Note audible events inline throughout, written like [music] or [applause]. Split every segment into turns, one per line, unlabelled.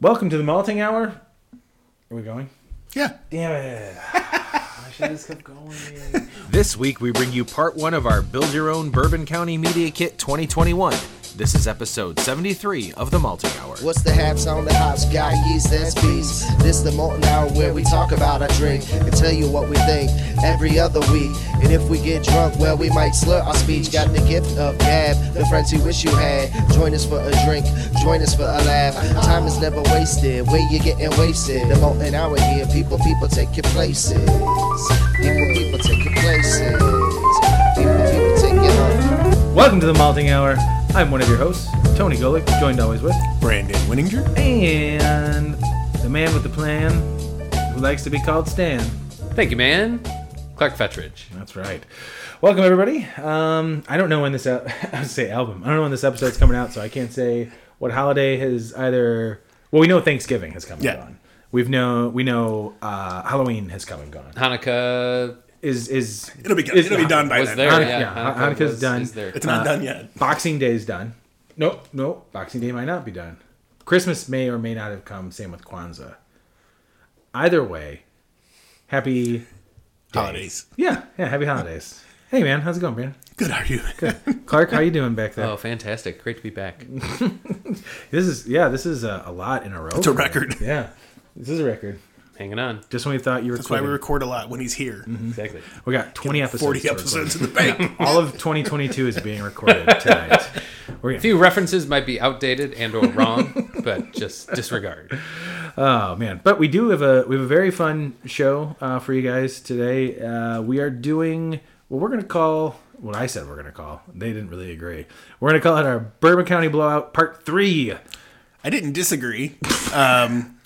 Welcome to the Malting Hour. Are we going?
Yeah.
[laughs]
Damn it. I should have just kept going.
This week, we bring you part one of our Build Your Own Bourbon County Media Kit 2021. This is episode 73 of The Malting Hour.
What's the haps on the hops? Got yeast and peas. This the molten hour where we talk about our drink and tell you what we think every other week. And if we get drunk, well, we might slur our speech. Got the gift of gab, the friends you wish you had. Join us for a drink, join us for a laugh. Time is never wasted, where you getting wasted. The molten hour here, people, people take your places. People, people take your places. People, people take your
Welcome to the Malting Hour. I'm one of your hosts, Tony Golick, joined always with,
Brandon Winninger.
and the man with the plan who likes to be called Stan.
Thank you, man. Clark Fettridge.
That's right. Welcome everybody. Um, I don't know when this [laughs] uh, I would say album. I don't know when this episode's coming out, so I can't say what holiday has either. Well, we know Thanksgiving has come
Yeah.
and gone. We've know we know uh, Halloween has come and gone.
Hanukkah
Is is
It'll be good.
Is
It'll be
not-
done by
was
then.
there.
Hanukkah-
yeah,
yeah,
Hanukkah
Hanukkah's
was-
done.
Is there.
It's not
Uh,
done yet.
Boxing Day is done? Nope, nope. Boxing Day might not be done. Christmas may or may not have come. Same with Kwanzaa. Either way, happy
Holidays.
yeah yeah happy holidays. Hey man, how's it going,
[laughs]
man?
Good are you? [laughs]
Clark, how you doing back there?
Oh, fantastic. Great to be back.
Mm-hmm. This is yeah, this is a, a lot in a row. It's
a record.
Yeah, this is a record.
Hanging on.
Just when we thought you were
That's why we
quitting.
record a lot when he's here.
Mm-hmm.
Exactly.
we got 20 episodes.
Forty
to record.
episodes in the bank.
All of 2022 is being recorded
[laughs]
tonight. We're
A
gonna,
few references might be outdated and or
[laughs]
wrong, but just disregard.
oh man, but we do have a we have a very fun show uh, for you guys today. Uh, we are doing what we're gonna call what I said we're gonna call. They didn't really agree. We're gonna call it our Bourbon County Blowout Part Three.
I didn't disagree. Um,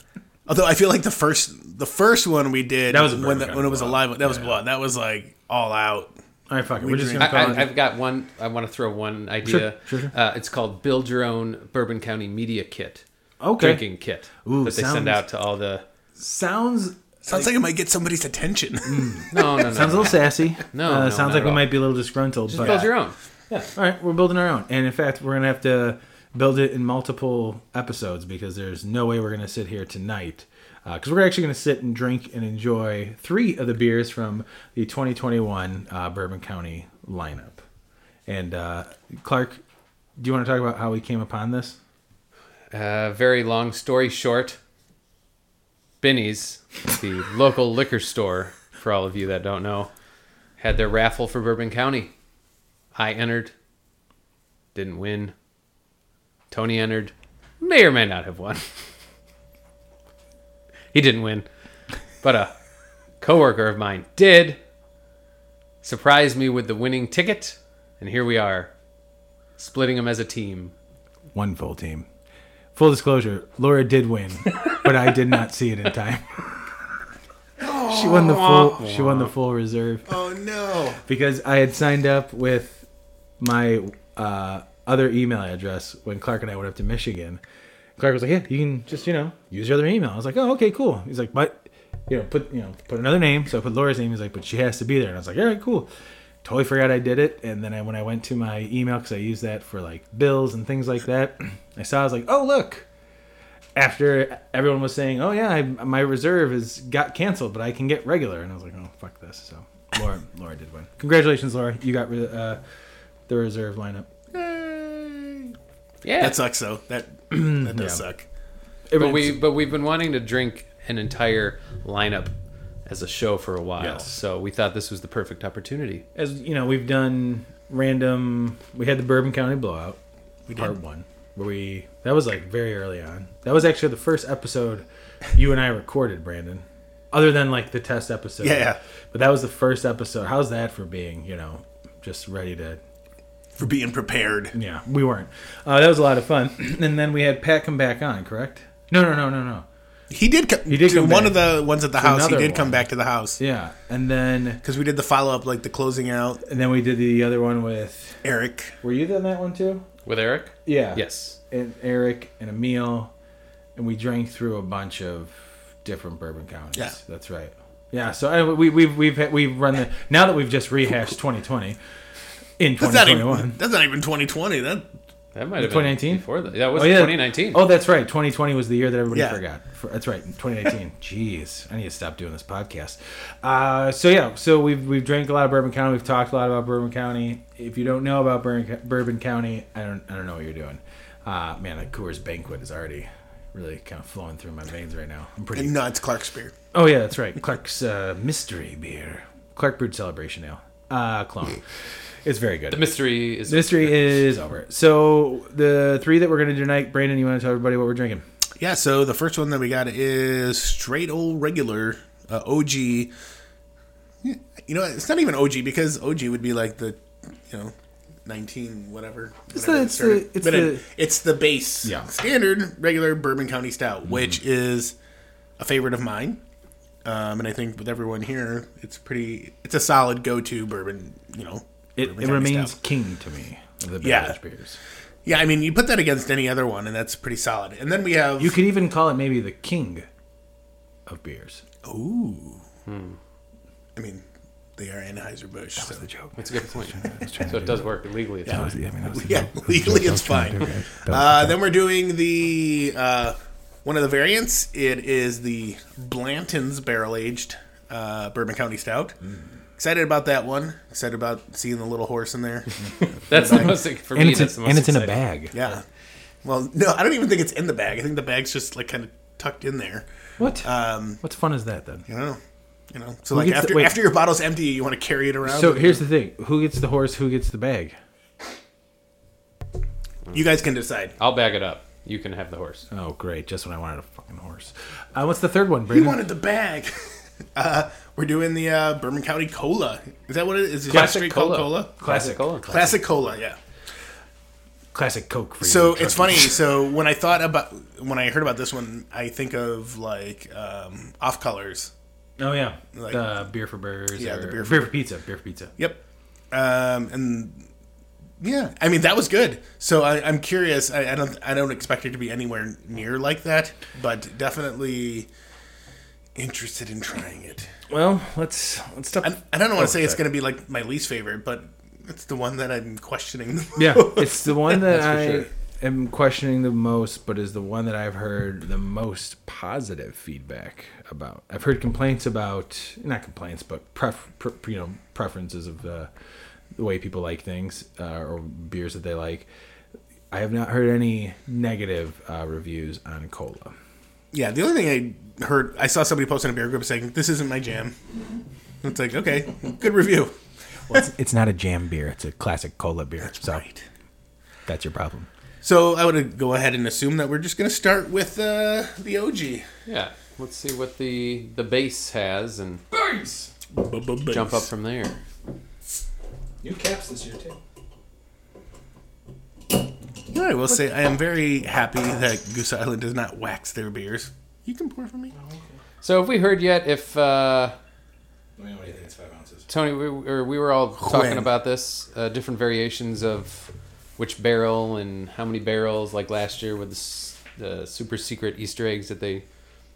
although I feel like the first the first one we did
That was a
when
Bourbon
that, when it was a
County
live one, that was blood. That was like all out.
All right, fuck it. We're just
drink-
gonna
I,
call
I,
it.
I've got one. I want to throw one idea.
Sure, sure, sure.
Uh, it's called Build Your Own Bourbon County Media Kit.
Okay.
Drinking kit
Ooh,
that they
sounds-
send out to all the.
Sounds
Sounds like, it might get somebody's attention.
Mm.
[laughs]
No, no, no.
[laughs] sounds a little sassy.
[laughs] No,
uh,
no,
sounds
not
like
at
we
all.
might be a little disgruntled. but
Build your own.
Yeah. All right, we're building our own, and in fact, we're gonna have to build it in multiple episodes because there's no way we're gonna sit here tonight. Because we're actually going to sit and drink and enjoy three of the beers from the 2021 uh, Bourbon County lineup. And uh, Clark, do you want to talk about how we came upon this?
Uh, very long story short, Binny's, the local liquor store, for all of you that don't know, had their raffle for Bourbon County. I entered, didn't win. Tony entered, may or may not have won. [laughs] he didn't win, but a coworker of mine did. Surprised me with the winning ticket, and here we are, splitting them as a team.
One full team. Full disclosure: Laura did win, but I did not see it in time. [laughs] she won the full. She won the full reserve.
oh no!
because I had signed up with my uh, other email address when Clark and I went up to Michigan. Clark was like, "Yeah, you can just you know use your other email." I was like, "Oh, okay, cool." He's like, "But you know, put you know, put another name." So I put Laura's name. He's like, "But she has to be there." And I was like, "All right, cool." Totally forgot I did it, and then I, when I went to my email because I use that for like bills and things like that, [clears throat] I saw I was like, "Oh, look." After everyone was saying, "Oh yeah, I, my reserve is got canceled, but I can get regular," and I was like, "Oh fuck this!" So Laura, [laughs] Laura did win. Congratulations, Laura! You got re- uh, the reserve lineup.
Yeah,
That sucks though.
[clears throat]
That that does
Yeah.
suck.
But we but we've been wanting to drink an entire lineup as a show for a while.
Yes.
So we thought this was the perfect opportunity.
as you know, we've done random. We had the Bourbon County blowout, we part one, where we that was like very early on. That was actually the first episode you and I recorded, Brandon. Other than like the test episode,
Yeah, yeah.
But that was the first episode. How's that for being, you know, just ready to?
For being prepared.
Yeah, we weren't. Uh, that was a lot of fun. [clears throat] and then we had Pat come back on, correct? No, no, no, no, no.
He did. Co-
did
to
come
one
back.
of the ones at the house. He
another
did
one.
come back to the house
Yeah, and then
because we did the follow up, like the closing out.
and then we did the other one with.
Eric.
Were you on that one too?
With Eric?
Yeah.
Yes.
and Eric and Emil, and we drank through a bunch of different bourbon counties.
Yeah.
that's right. Yeah, so I, we, we've we've had- we've run the now that we've just rehashed 2020 in
That's not
2021.
even. That's not even 2020. That
That might have been
2019?
before that. That was
yeah.
2019.
Oh, that's right. 2020 was the year that everybody
Yeah.
forgot. For, that's right. 2019. [laughs] Jeez, I need to stop doing this podcast. Uh, so yeah, so we've we've drank a lot of Bourbon County. We've talked a lot about Bourbon County. If you don't know about Bourbon, Bourbon County, I don't I don't know what you're doing. Uh, man, that Coors Banquet is already really kind of flowing through my veins right now. I'm pretty.
And no, it's Clark's beer.
Oh yeah, that's right. Clark's uh, mystery beer, Clark Brewed Celebration Ale, uh, clone. it's very good.
The mystery is
Mystery is over. So the three that we're gonna do tonight, Brandon, you want to tell everybody what we're drinking?
Yeah, so the first one that we got is straight old regular uh, OG. Yeah, You know, what, it's not even OG because OG would be like the, you know, nineteen whatever.
the-
whenever it
it's the-
started.
it's
But it-
the-
it's the base
Yeah. Mm-hmm.
standard regular Bourbon County Stout, which is a favorite of mine. Um, and I think with everyone here, it's pretty. It's a solid go-to bourbon. You know,
It, it
Bourbon County
remains
Stout.
king to me of the
Yeah.
beverage beers.
Yeah, I mean, you put that against any other one, and that's pretty solid. And then we have
You could even call it maybe the king of beers.
Ooh. I mean, they are Anheuser Busch. So.
joke. [laughs]
That's a good point. so it does work legally. It's fine.
I mean, that was the
[laughs] Yeah,
joke.
legally
I
it's
was trying to
fine.
do it. That was-
Uh, then we're doing the uh, one of the variants. It is the Blanton's barrel aged uh, Bourbon County Stout.
Mm.
Excited about that one. Excited about seeing the little horse
[laughs]
in there.
That's the most for me.
and it's,
that's the
in,
most
and it's in a
exciting.
bag.
yeah. Well, no, I don't even think it's in the bag. I think the bag's just like kind of tucked in there.
What? Um, what fun is that then?
You know. You know. So like
gets the-
after
wait.
after your bottle's empty, you want to carry it around.
So here's the thing: who gets the horse? Who gets the bag?
you guys can decide.
I'll bag it up. You can have the horse.
Oh, great! Just when I wanted a fucking horse. Uh, what's the third one,
You
Brandon?
wanted the bag. [laughs] Uh, we're doing the uh, Bourbon County Cola. Is that what it is? Is it just straight called cola?
Classic cola.
Classic Cola, yeah.
Classic Coke for you.
So it's
Trucker.
funny. So when I thought about when I heard about this one, I think of like um, off colors.
Oh yeah,
Like-
the beer for burgers.
Yeah,
or-
the beer for-
beer for pizza. Beer for pizza.
Yep. Um, and yeah, I mean that was good. So I, I'm curious. I, I don't I don't expect it to be anywhere near like that, but definitely interested in trying it.
Well, let's let's stop.
I, I don't want to say it's
sorry.
going to be like my least favorite, but it's the one that I'm questioning. the
[laughs] Yeah,
most.
it's the one that
for
I
sure.
am questioning the most, but is the one that I've heard the most positive feedback about. I've heard complaints about not complaints, but pref, pre, you know preferences of uh, the way people like things uh, or beers that they like. I have not heard any negative uh, reviews on cola.
yeah. The only thing I heard, I saw somebody post in a beer group saying, "This isn't my jam." It's like, okay, good review.
It's not a jam beer; it's a classic cola beer. so that's your problem.
So I would go ahead and assume that we're just going to start with uh, the OG.
Yeah. Let's see what the the base has and jump up from there.
New caps this year too.
You know, I will say I am very happy that Goose Island does not wax their beers. You can pour for me.
So have we heard yet if uh,
I mean, what do you think? It's five ounces.
Tony we, or we were all talking
When?
about this uh, different variations of which barrel and how many barrels like last year with the, s- the super secret Easter eggs that they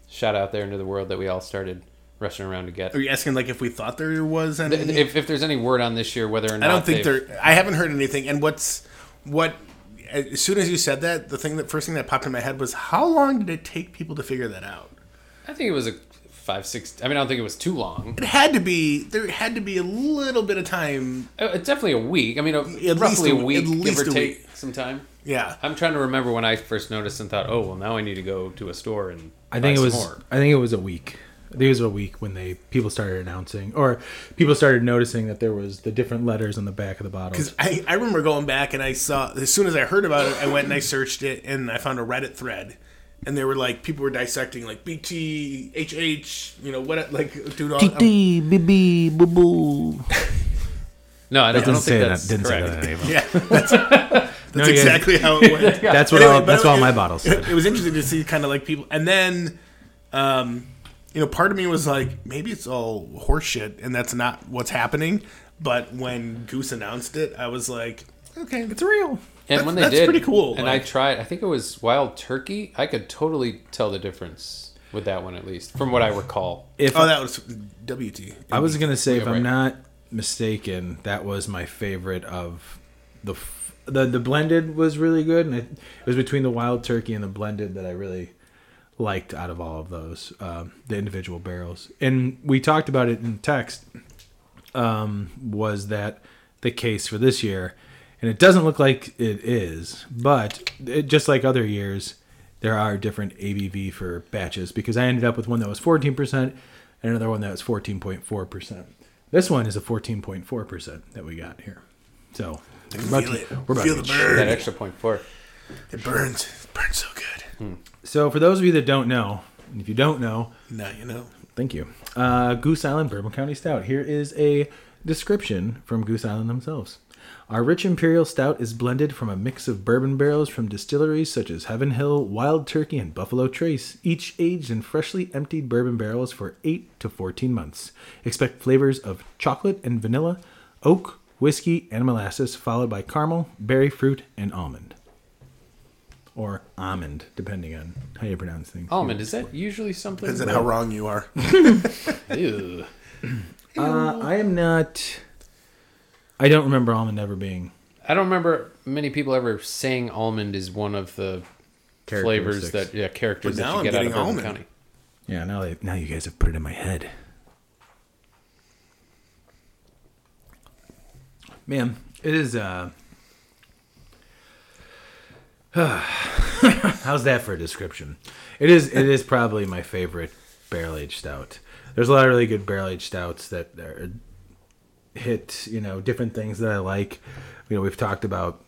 shot out there into the world that we all started rushing around to get.
Are you asking like if we thought there was any?
If, if there's any word on this year whether or not
I don't think
they've-
there. I haven't heard anything. And what's what? As soon as you said that, the thing that first thing that popped in my head was how long did it take people to figure that out?
I think it was a five six. I mean, I don't think it was too long.
It had to be. There had to be a little bit of time.
Uh, It's definitely a week. I mean, a,
least
roughly
a-
a week,
at least
give or
a
take
week.
some time.
Yeah.
I'm trying to remember when I first noticed and thought, oh well, now I need to go to a store and
I think
buy
it
some
was.
more.
I think it was a week. I think it was a week when they people started announcing, or people started noticing that there was the different letters on the back of the bottles.
Because I, I remember going back and I saw as soon as I heard about it, I went and I searched it and I found a Reddit thread, and they were like people were dissecting like BT HH, you know what like dude all. I'm-
No, I don't, I don't
Didn't say
think
that.
that's
Didn't say
correct.
that. Anyway.
[laughs]
Yeah, that's, [laughs] that's
you guys-
exactly how it went.
That's what
Anyway,
all.
but
That's
it
what all
was-
my bottles said.
[laughs]
It, it was interesting to see kind of like people, and then, um, you know, part of me was like, maybe it's all horseshit, and that's not what's happening. But when Goose announced it, I was like, okay,
It's real.
And when they
That's-
did,
that's pretty cool,
And I
like-
tried. I think it was Wild Turkey. I could totally tell the difference with that one, at least from what I recall.
If
oh, that was WT.
I was gonna say, if
Yeah, right.
I'm not mistaken, that was my favorite of the f- the the blended was really good, and it, it was between the wild turkey and the blended that I really liked out of all of those um, the individual barrels. And we talked about it in text. Um, was that the case for this year? And it doesn't look like it is, but it, just like other years, there are different ABV for batches because I ended up with one that was 14% and another one that was 14.4%. This one is a 14.4% that we got here. So we're about
Feel
to-
it.
we're about
Feel
to
the
get
burn.
That extra point four.
It burns. It burns so good.
Hmm. So, for those of you that don't know, and if you don't know,
Now you know.
thank you. Uh, Goose Island Bourbon County Stout. Here is a description from Goose Island themselves. Our rich imperial stout is blended from a mix of bourbon barrels from distilleries such as Heaven Hill, Wild Turkey, and Buffalo Trace, each aged in freshly emptied bourbon barrels for 8 to 14 months. Expect flavors of chocolate and vanilla, oak, whiskey, and molasses, followed by caramel, berry fruit, and almond. Or almond, depending on how you pronounce things.
Almond, is that usually something?
Depends on how wrong you
[laughs]
are.
Ew.
Uh, I am not. I don't remember almond ever being
I don't remember many people ever saying almond is one of the flavors that yeah characters
But
that
now
you
I'm
get out of
getting
Bourbon
almond.
County.
Yeah, now they now you guys have put it in my head. Man, it is. uh [sighs] How's that for a description? It is. It is probably my favorite barrel aged stout. There's a lot of really good barrel aged stouts that are, hit you know different things that I like. You know, we've talked about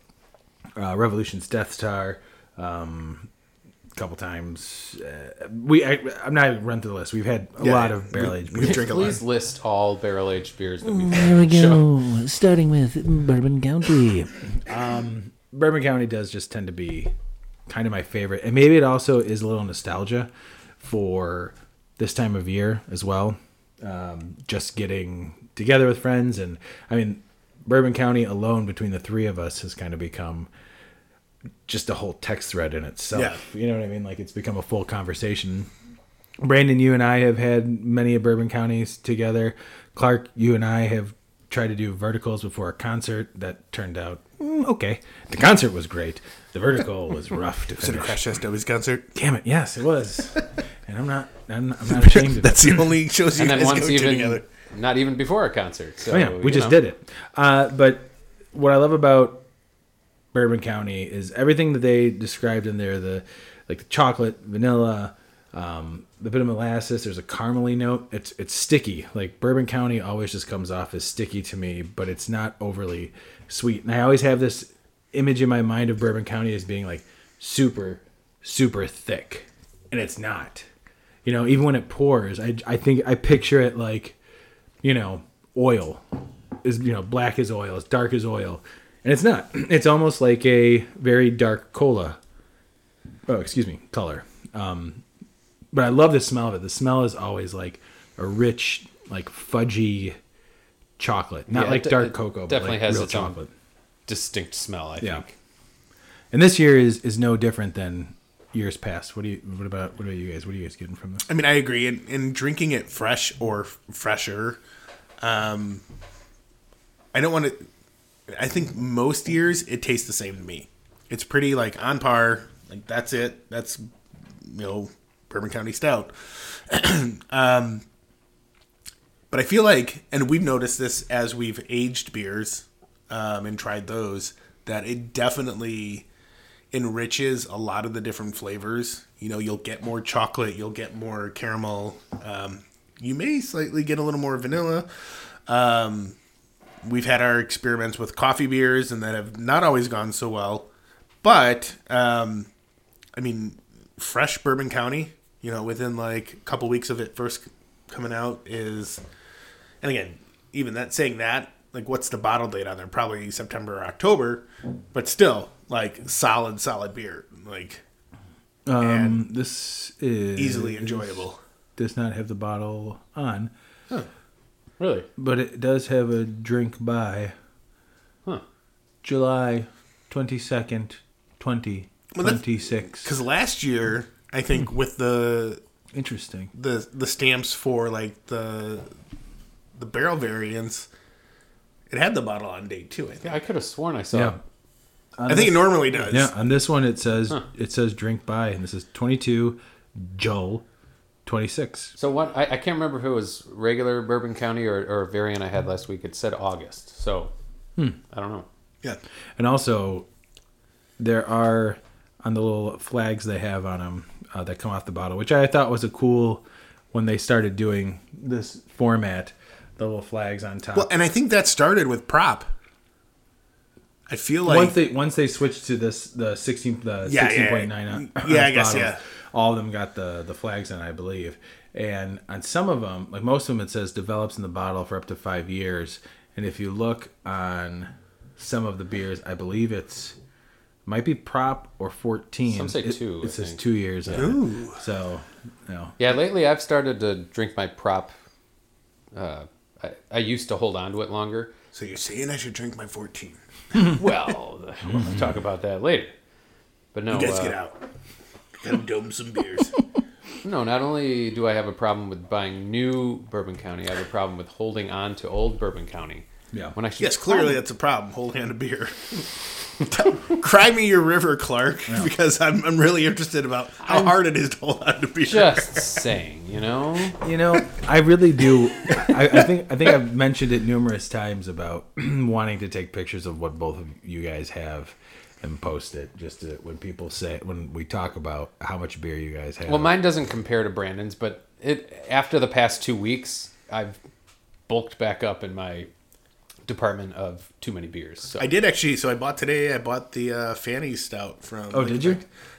uh, Revolution's Death Star um, a couple times. Uh, we I, I'm not even run through the list. We've had a
Yeah,
lot
we-
of barrel aged.
We drink a lot.
Please list all barrel aged beers that we
There we go. Starting with Bourbon County.
Bourbon County does just tend to be kind of my favorite, and maybe it also is a little nostalgia for this time of year as well. Um, just getting together with friends, and I mean, Bourbon County alone between the three of us has kind of become just a whole text thread in itself. You know what I mean? Like it's become a full conversation. Brandon, you and I have had many of Bourbon Counties together. Clark, you and I have tried to do verticals before a concert that turned out mm, okay. The concert was great. The vertical was rough to
Did a
finish.
Crash Test Dummies concert.
Damn it! Yes, it was. and I'm not. I'm, I'm not ashamed of it.
That's the only shows you
and then
guys
once
go to
even
together.
not even before a concert. So
Oh yeah, we
you
just
know.
did it. Uh, but what I love about Bourbon County is everything that they described in there the like the chocolate, vanilla, um, the bit of molasses. There's a caramely note. It's it's sticky. Like Bourbon County always just comes off as sticky to me, but it's not overly sweet. And I always have this image in my mind of Bourbon County as being like super super thick, and it's not. You know, even when it pours, I I think I picture it like you know, oil is you know black as oil, as dark as oil, and it's not. [clears throat] It's almost like a very dark cola. Oh, excuse me, color. Um, but I love the smell of it. The smell is always like a rich, like fudgy chocolate, not
Yeah,
like
it de-
dark
it
cocoa. but
definitely
like
has
real
its own
chocolate.
Distinct smell, I
Yeah.
think.
And this year is is no different than years past. What do you? What about? What about you guys? What are you guys getting from this?
I mean, I agree. And, and drinking it fresh or f- fresher, um, I don't want to. I think most years it tastes the same to me. It's pretty like on par. Like that's it. That's you know Bourbon County Stout. [clears throat] um, but I feel like, and we've noticed this as we've aged beers um, and tried those, that it definitely enriches a lot of the different flavors. You know, you'll get more chocolate, you'll get more caramel. Um, you may slightly get a little more vanilla. Um, we've had our experiments with coffee beers, and that have not always gone so well. But um, I mean, fresh Bourbon County, you know, within like a couple weeks of it first coming out is, and again, even that saying that, like, what's the bottle date on there? Probably September or October, but still, like, solid, solid beer, like,
Um, this is
easily enjoyable.
Does not have the bottle on.
Really?
but it does have a drink by
Huh.
July 22nd, 20.
Well, that's-
26.
Because last year, I think with the
Interesting.
the the stamps for like the the barrel variants, it had the bottle on date too. I think.
Yeah, I could have sworn I saw
Yeah.
I think it normally does.
Yeah, on this one it says it says drink by, and this is 22 Joel 26.
So what? I, I can't remember if it was regular Bourbon County or, or a variant I had last week. It said August, so
Hmm.
I don't know.
Yeah.
And also, there are on the little flags they have on them uh, that come off the bottle, which I thought was a cool when they started doing this format. The little flags on top.
Well, and I think that started with prop. I feel like
once they once they switched to this the sixteen the
Yeah, yeah,
sixteen point nine on [laughs]
yeah, I guess, yeah.
all of them got the the flags on I believe and on some of them like most of them it says develops in the bottle for up to five years and if you look on some of the beers I believe it's might be prop or fourteen
Some say
It-
two,
it,
I
says
think.
two years on Ooh. it so you know
Yeah, lately I've started to drink my prop. Uh, I, I used to hold on to it longer.
[laughs] so you're saying I should drink my 14.
Well, we'll talk about that later. But no,
You guys
uh,
get out. Come dome some beers.
no. Not only do I have a problem with buying new Bourbon County, I have a problem with holding on to old Bourbon County.
Yeah.
When I should
yes, clearly that's a problem. Whole hand of beer. [laughs] Cry me your river, Clark, because I'm, I'm really interested about how hard it is to hold on to beer.
just saying, you know,
You know, I really do. I, I think I think I've mentioned it numerous times about [clears throat] wanting to take pictures of what both of you guys have and post it just to, when people say when we talk about how much beer you guys have.
Well, mine doesn't compare to Brandon's, but it after the past two weeks, I've bulked back up in my department of too many beers. So
I did actually. So I bought today. I bought the uh, Fanny Stout from.
oh, did you?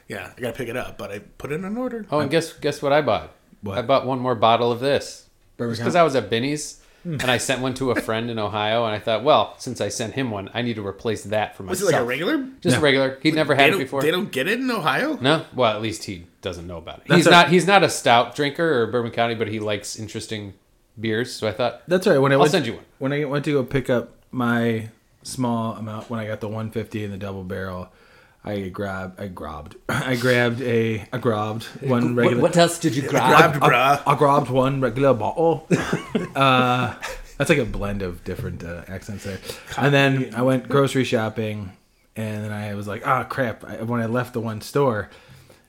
Yeah, I gotta pick it up, but I put it in an order.
oh, and guess guess what I bought?
What?
I bought one more bottle of this
Bourbon
because
County?
I was at Benny's
Hmm.
and I sent one to a friend in Ohio, and I thought, well, since I sent him one, I need to replace that for myself.
Was it like a regular?
Just regular. He'd never
They
had it
don't,
before.
they don't get it in Ohio.
No, well, at least he doesn't know about it.
That's
he's
a-
not he's not a stout drinker or Bourbon County, but he likes interesting beers. So I thought
That's right. When I went,
send you one.
When I went to go pick up my small amount, when I got the 150 in the double barrel, I grabbed, I grabbed, [laughs] I grabbed a, I grabbed one regular.
else did you grab?
Grabbed, bruh.
I grabbed one regular bottle. uh, that's like a blend of different uh, accents there. And then I went grocery shopping, and then I was like, ah, crap. I, when I left the one store,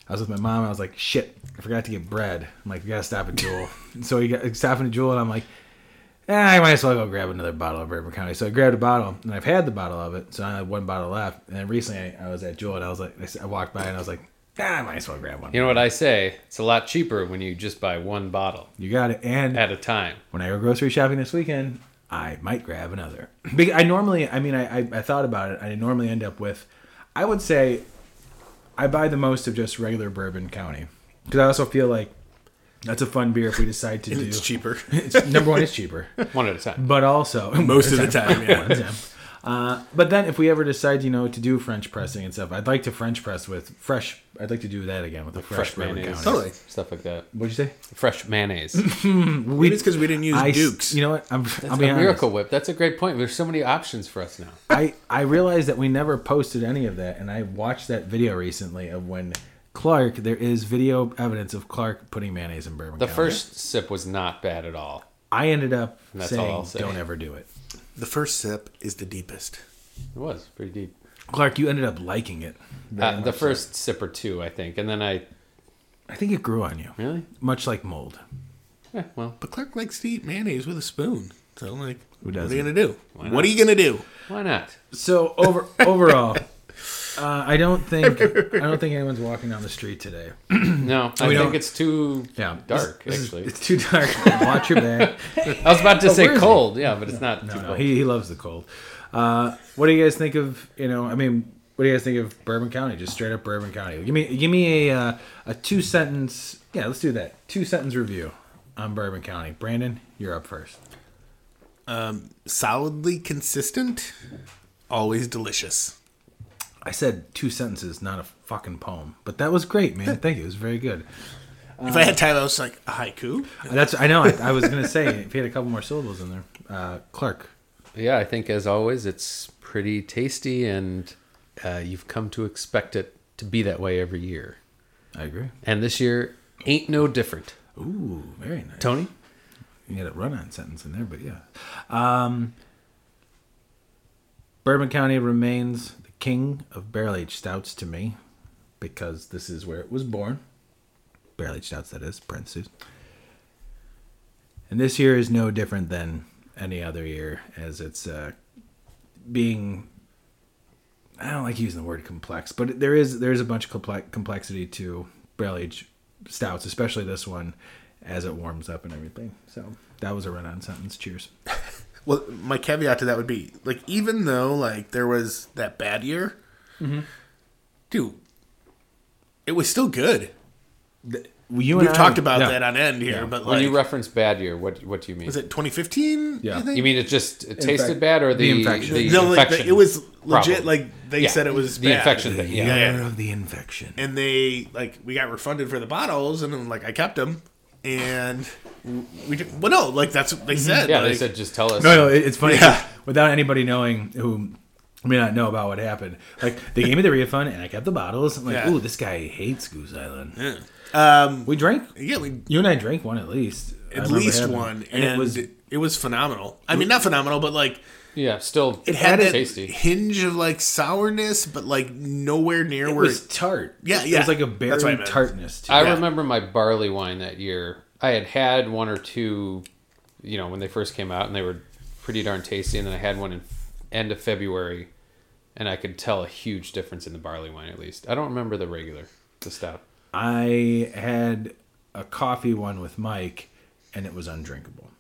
I was with my mom. And I was like, shit, I forgot to get bread. I'm like, we gotta stop at Jewel. and so we got stopping at Jewel, and I'm like, eh, I might as well go grab another bottle of Bourbon County. So I grabbed a bottle, and I've had the bottle of it, so I have one bottle left. And then recently, I, I was at Jewel, and I was like, I s- I walked by, and I was like, ah, I might as well grab one.
You know what I say? It's a lot cheaper when you just buy one bottle
You got it. And
at a time.
when I go grocery shopping this weekend, I might grab another. Because I normally, I mean, I, I, I thought about it. I normally end up with, I would say, I buy the most of just regular Bourbon County because I also feel like that's a fun beer if we decide to do.
It's cheaper
[laughs] It's- number one, it's cheaper,
One at a time.
but also
[laughs]
[laughs]
most of the time. Yeah.
One, Tim. Uh, but then, if we ever decide, you know, to do French pressing and stuff, I'd like to French press with fresh. I'd like to do that again with a fresh,
Fresh,
Bourbon
mayonnaise.
County.
Totally.
Stuff like that.
What'd you say?
Fresh mayonnaise.
Maybe it's because we didn't use
I s-
Dukes.
You know what? I'm, [laughs] I'll
a
be honest.
miracle whip. That's a great point. There's so many options for us now.
I I realized that we never posted any of that, and I watched that video recently of when Clark. There is video evidence of Clark putting mayonnaise in bourbon.
The
County.
first sip was not bad at all.
I ended up
That's all
saying,
I'll say.
"Don't ever do it."
the first sip is the deepest.
It was pretty deep.
Clark, you ended up liking it. very
Uh,
much
the
so.
first sip or two, I think. And then I.
I think it grew on you,
Really?
much like mold.
Eh, well,
But Clark likes to eat mayonnaise with a spoon. So like, what are
doesn't?
you gonna do? What are you gonna do?
why not?
So
[laughs]
over overall, uh, I don't think I don't think anyone's walking down the street today.
No, I
don't-
think it's too
Yeah.
dark,
This is-
actually.
It's too dark. Watch your back.
I
[laughs]
was about to
where
say
is it?
cold, yeah, but it's not too
No, no,
cold.
he, he loves the cold. Uh, what do you guys think of you know? I mean, what do you guys think of Bourbon County? Just straight up Bourbon County. Give me give me a uh, a two sentence. Yeah, let's do that. Two sentence review on Bourbon County. Brandon, you're up first.
Solidly consistent, always delicious.
I said two sentences, not a fucking poem. But that was great, man. Thank you. It was very good.
if I
Uh.
had time, I was like a haiku.
That's I know. I, I was gonna say if you had a couple more syllables in there, uh, Clark.
Yeah, I think as always, it's pretty tasty, and uh, you've come to expect it to be that way every year.
I agree.
And this year ain't no different.
Ooh, very nice.
Tony?
You had a run on sentence in there, but yeah. Um, Bourbon County remains the king of barrel aged stouts to me because this is where it was born. Barrel aged stouts, that is, parentheses. And this year is no different than any other year, as it's uh, being. I don't like using the word complex, but there is there is a bunch of complex, complexity to barrel aged stouts, especially this one, as it warms up and everything. So that was a run on sentence. Cheers.
Well, my caveat to that would be like, even though like there was that bad year,
Mm-hmm.
dude, it was still good.
Well, you
We've
and I-
talked about
yeah.
that on end here, but
When
like,
you reference bad year, what what do you mean?
was it 2015?
Yeah.
I think?
you mean it just it
fact,
tasted bad, or
the
the the
infection.
infection?
no, like the- it was legit.
problem?
Like they
Yeah,
said, it was
the
bad.
infection thing. Yeah.
Yeah.
Year of the infection.
and they like we got refunded for the bottles, and then, like I kept them, and we just, well no, like that's what they said.
Mm-hmm. yeah. They
like-
said just tell us.
No, no, it- it's funny
Yeah.
'cause without anybody knowing who may not know about what happened. Like they gave me the refund and I kept the bottles. I'm like,
Yeah.
ooh, this guy hates Goose Island.
um,
We drank.
yeah, we
You and I drank one at least. I
at
remember
least
having-
one, and, it was it was phenomenal. I mean, not phenomenal, but like
Yeah, still
it had that
tasty.
hinge of like sourness, but like nowhere near
it
where
was tart.
Yeah,
It
yeah.
was like a
That's what I
berry
meant.
tartness. To it.
I
yeah.
remember my barley wine that year. I had had one or two, you know, when they first came out, and they were pretty darn tasty. And then I had one in end of February, and I could tell a huge difference in the barley wine. At least I don't remember the regular, the stout.
I had a coffee one with Mike, and it was undrinkable.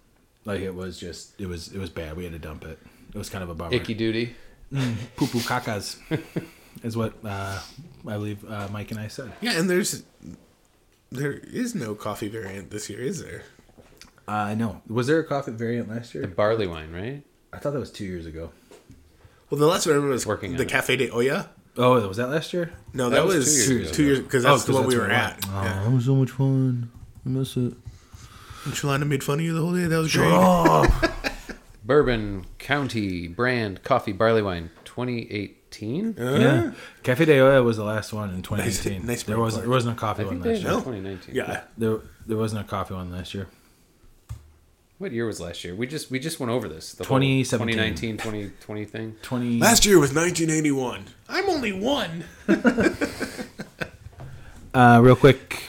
Like it was just, it was, it was bad. We had to dump it. It was kind of a bummer.
Icky duty.
poo poo
[laughs]
cacas, is what uh, I believe uh, Mike and I said.
yeah, and there's there is no coffee variant this year, is there?
Uh, no. Was there a coffee variant last
The
year?
barley wine, right?
I thought that was two years ago.
Well, the last one I remember was
Working on
the
it.
Cafe de Olla.
Oh, was that last
[laughs]
year?
No, that, was, two years
ago.
two years because
Oh,
that's the
'cause
one
that's
we
where
were
we
at.
went.
Yeah.
That was Oh, so much fun. I miss it.
And Shalana Oh. made fun of you the whole day. That was great.
Bourbon County brand coffee barley wine 2018.
Yeah. Cafe de Olla was the last one in 2018.
Nice- nice
there
brain
wasn't
fart.
there wasn't a coffee
I
one
think they
last
had
year.
one
No.
2019.
Yeah,
There there wasn't a coffee one last year.
What year was last year? We just we just went over this. The
2017.
2019, 2020 thing.
20
last year was 1981. I'm only one.
uh, real quick.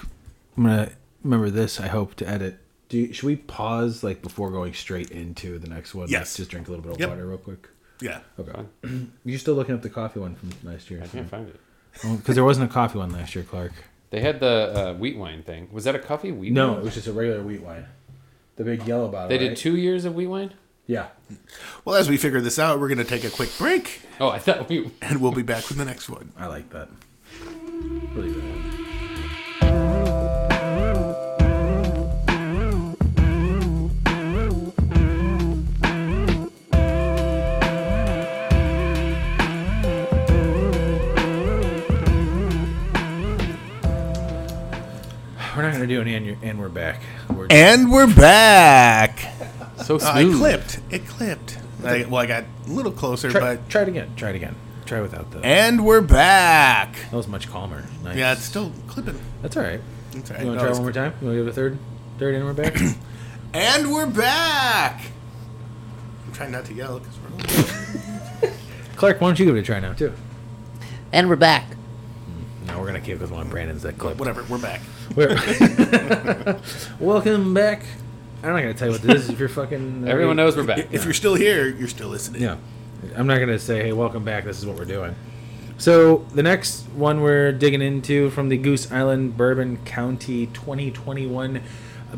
I'm going to remember this I hope to edit. Do you, should we pause like before going straight into the next one?
Yes.
Let's just drink a little bit of
Yep.
water real quick.
Yeah,
Okay. [clears throat] You're still looking up the coffee one from last year.
I can't find it.
Because there wasn't a coffee one last year,
[laughs]
Clark.
They had the uh, wheat wine thing. Was that a coffee wheat?
No,
wine?
it was just a regular wheat wine. The big yellow bottle.
They
right?
did two years of wheat wine.
Yeah.
Well, as we figure this out, we're going to take a quick break
Oh, I thought we.
and we'll be back with the next one.
I like that. Really good one. We're not gonna do any, and, you're- and we're back. We're,
And we're back.
So
I
smooth.
clipped. Uh, It clipped. I, well, I got a little closer,
try,
but.
try it again. Try it again. Try without the.
And we're back.
That was much calmer. Nice.
Yeah, it's still clipping.
that's all right.
It's all right.
You want to try
No, it's-
one more time? You want to give it a third, third, and we're back.
And we're back. I'm trying not to yell because we're.
Clark, why don't you give it a try now too?
And we're back.
No, we're gonna keep with one of Brandon's that clip.
Whatever, we're back.
We're- Welcome back. I'm not gonna tell you what this is if you're fucking.
Everyone knows we're back.
If you're still here, you're still listening.
Yeah, I'm not gonna say, "Hey, welcome back. This is what we're doing." So the next one we're digging into from the Goose Island Bourbon County 2021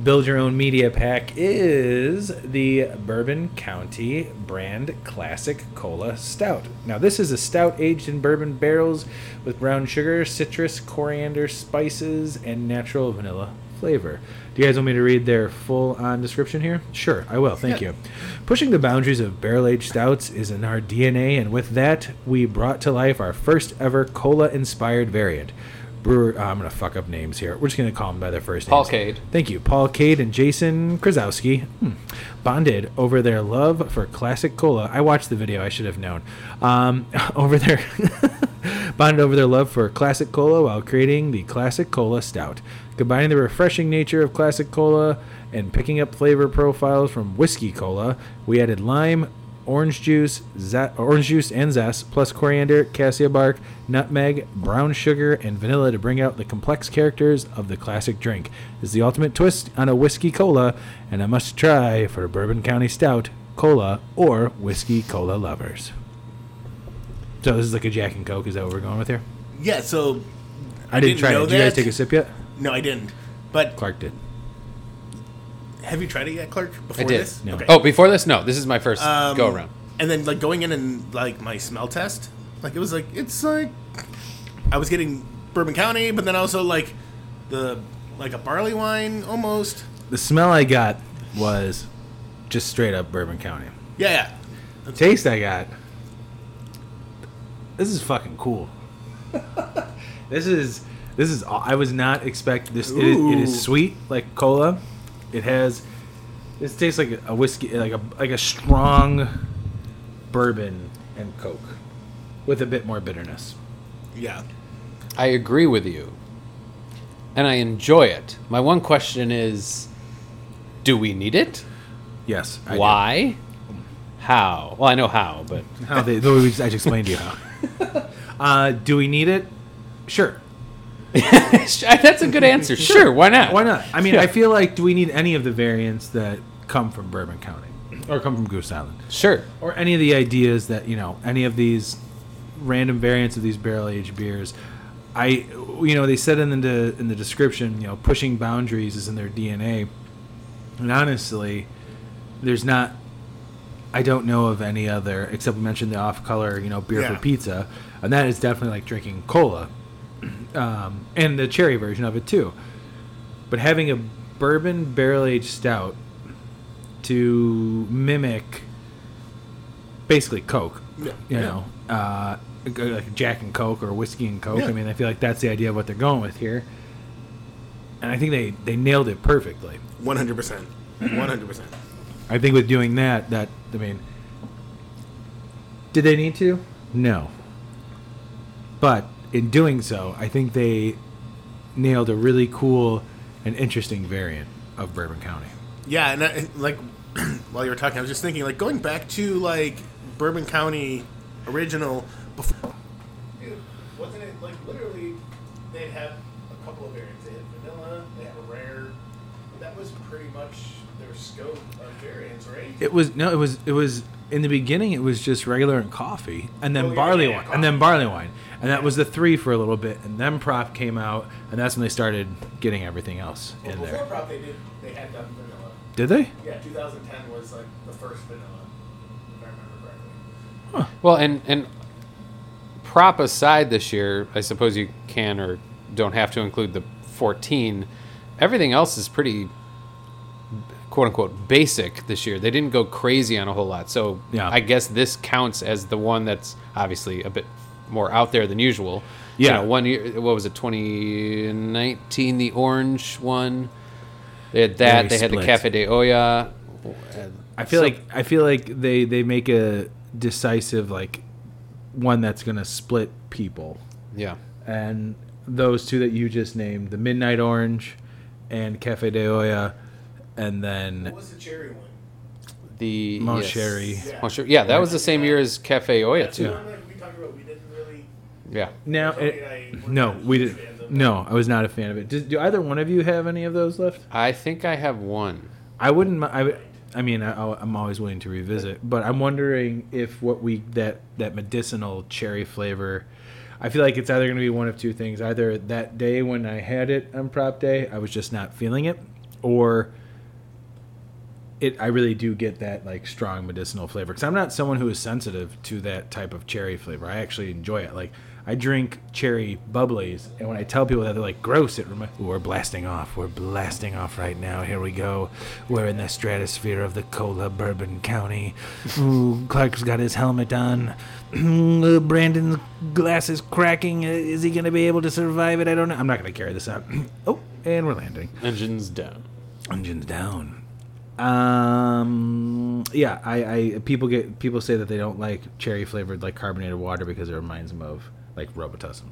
Build Your Own Media Pack is the Bourbon County Brand Classic Cola Stout. Now this is a stout aged in bourbon barrels with brown sugar, citrus, coriander, spices, and natural vanilla flavor. Do you guys want me to read their full on description here? Sure, I will. Thank you. Pushing the boundaries of barrel aged stouts is in our DNA, and with that, we brought to life our first ever cola inspired variant. Brewer, oh, I'm going to fuck up names here. We're just going to call them by their first names.
Paul Cade.
Thank you. Paul Cade and Jason Krasowski hmm, bonded over their love for classic cola. I watched the video. I should have known. Um, [laughs] over their bonded over their love for classic cola while creating the classic cola stout, combining the refreshing nature of classic cola and picking up flavor profiles from whiskey cola. We added lime, orange juice, za- orange juice and zest, plus coriander, cassia bark, nutmeg, brown sugar, and vanilla to bring out the complex characters of the classic drink. This is the ultimate twist on a whiskey cola, and a must try for Bourbon County Stout, cola, or whiskey cola lovers. So this is like a Jack and Coke. Is that what we're going with here?
Yeah, so
I didn't,
didn't
try
know
it. Did you guys
that.
take a sip yet?
no, I didn't. But
Clark did.
have you tried it yet, Clark? Before
I did.
this?
No.
[laughs] Oh, before this? No, this is my first
Um,
go around.
And then like going in and like my smell test, like it was like it's like I was getting Bourbon County, but then also like the like a barley wine almost.
The smell I got was just straight up Bourbon County.
Yeah, yeah.
taste I got. This is fucking cool. this is this is I was not expecting this. It is, it
Ooh.
is sweet like cola. It has this tastes like a whiskey like a like a strong bourbon and coke with a bit more bitterness.
yeah.
I agree with you. And I enjoy it. My one question is do we need it?
Yes. I do.
Why? How? Well, I know how, but [laughs]
How they, the way we just, I just explained to you how. uh, do we need it? Sure.
that's a good answer. Sure, why not?
Why not? I mean, I feel like do we need any of the variants that come from Bourbon County or come from Goose Island?
Sure.
or any of the ideas that you know any of these random variants of these barrel aged beers i you know they said in the in the description you know pushing boundaries is in their dna and honestly there's not i don't know of any other except we mentioned the off color you know beer
Yeah.
for pizza and that is definitely like drinking cola um, and the cherry version of it too but having a bourbon barrel aged stout to mimic basically Coke.
Yeah.
You know, uh, g- like Jack and Coke or whiskey and Coke.
Yeah.
I mean, I feel like that's the idea of what they're going with here, and I think they they nailed it perfectly.
One hundred percent. One hundred percent.
I think with doing that, that I mean, did they need to? No. But in doing so, I think they nailed a really cool and interesting variant of Bourbon County.
Yeah, and I, and, like [clears throat] while you were talking, I was just thinking like going back to like Bourbon County original before. Wasn't it like literally they'd have a couple of variants? They had vanilla, they had a rare. That was pretty much their scope of variants, right?
It was no, it was it was in the beginning. It was just regular and coffee, and then
Oh, yeah,
barley
yeah,
wine,
coffee.
and then barley wine, and that was the three for a little bit, and then prop came out, and that's when they started getting everything else in
Before
there.
prop, they did they had done vanilla.
Did they?
Yeah, 2010 was like the first vanilla, if I remember correctly.
Well, and and prop aside this year, I suppose you can or don't have to include the 14. Everything else is pretty quote unquote basic this year. They didn't go crazy on a whole lot. So
Yeah.
I guess this counts as the one that's obviously a bit more out there than usual.
Yeah.
You know, one year, what was it, 2019, the orange one? They had that.
Very
they had the
split.
Cafe de Olla.
I feel
So-
like I feel like they they make a decisive like one that's gonna split people,
Yeah.
and those two that you just named, the Midnight Orange, and Cafe de Olla, and then
What was the cherry one?
The
Mon
yes.
Cherry.
Mon Cher- Yeah, that was the same year as Cafe Oya
So
too.
like we talked about, we didn't really.
Yeah.
Now,
Okay,
it-
I-
no, we
we're not fans
didn't.
of
No, I was not a fan of it. Do, do either one of you have any of those left?
I think I have one.
I wouldn't. mi- I, would- I mean, I, I'll- I'm always willing to revisit, but I'm wondering if what we that that medicinal cherry flavor. I feel like it's either going to be one of two things: either that day when I had it on prop day, I was just not feeling it, or it. I really do get that like strong medicinal flavor because I'm not someone who is sensitive to that type of cherry flavor. I actually enjoy it. Like I drink cherry bubblies, and when I tell people that, they're like, "Gross!" It reminds. We're blasting off. We're blasting off right now. Here we go. We're in the stratosphere of the cola Bourbon County. Ooh, Clark's got his helmet on. [clears throat] Uh, Brandon's glass is cracking. Uh, Is he gonna be able to survive it? I don't know. I'm not gonna carry this out. [clears throat] oh, and we're landing.
Engines down.
Engines down. Um. Yeah. I. I. People get. People say that they don't like cherry flavored like carbonated water because it reminds them of like Robitussin.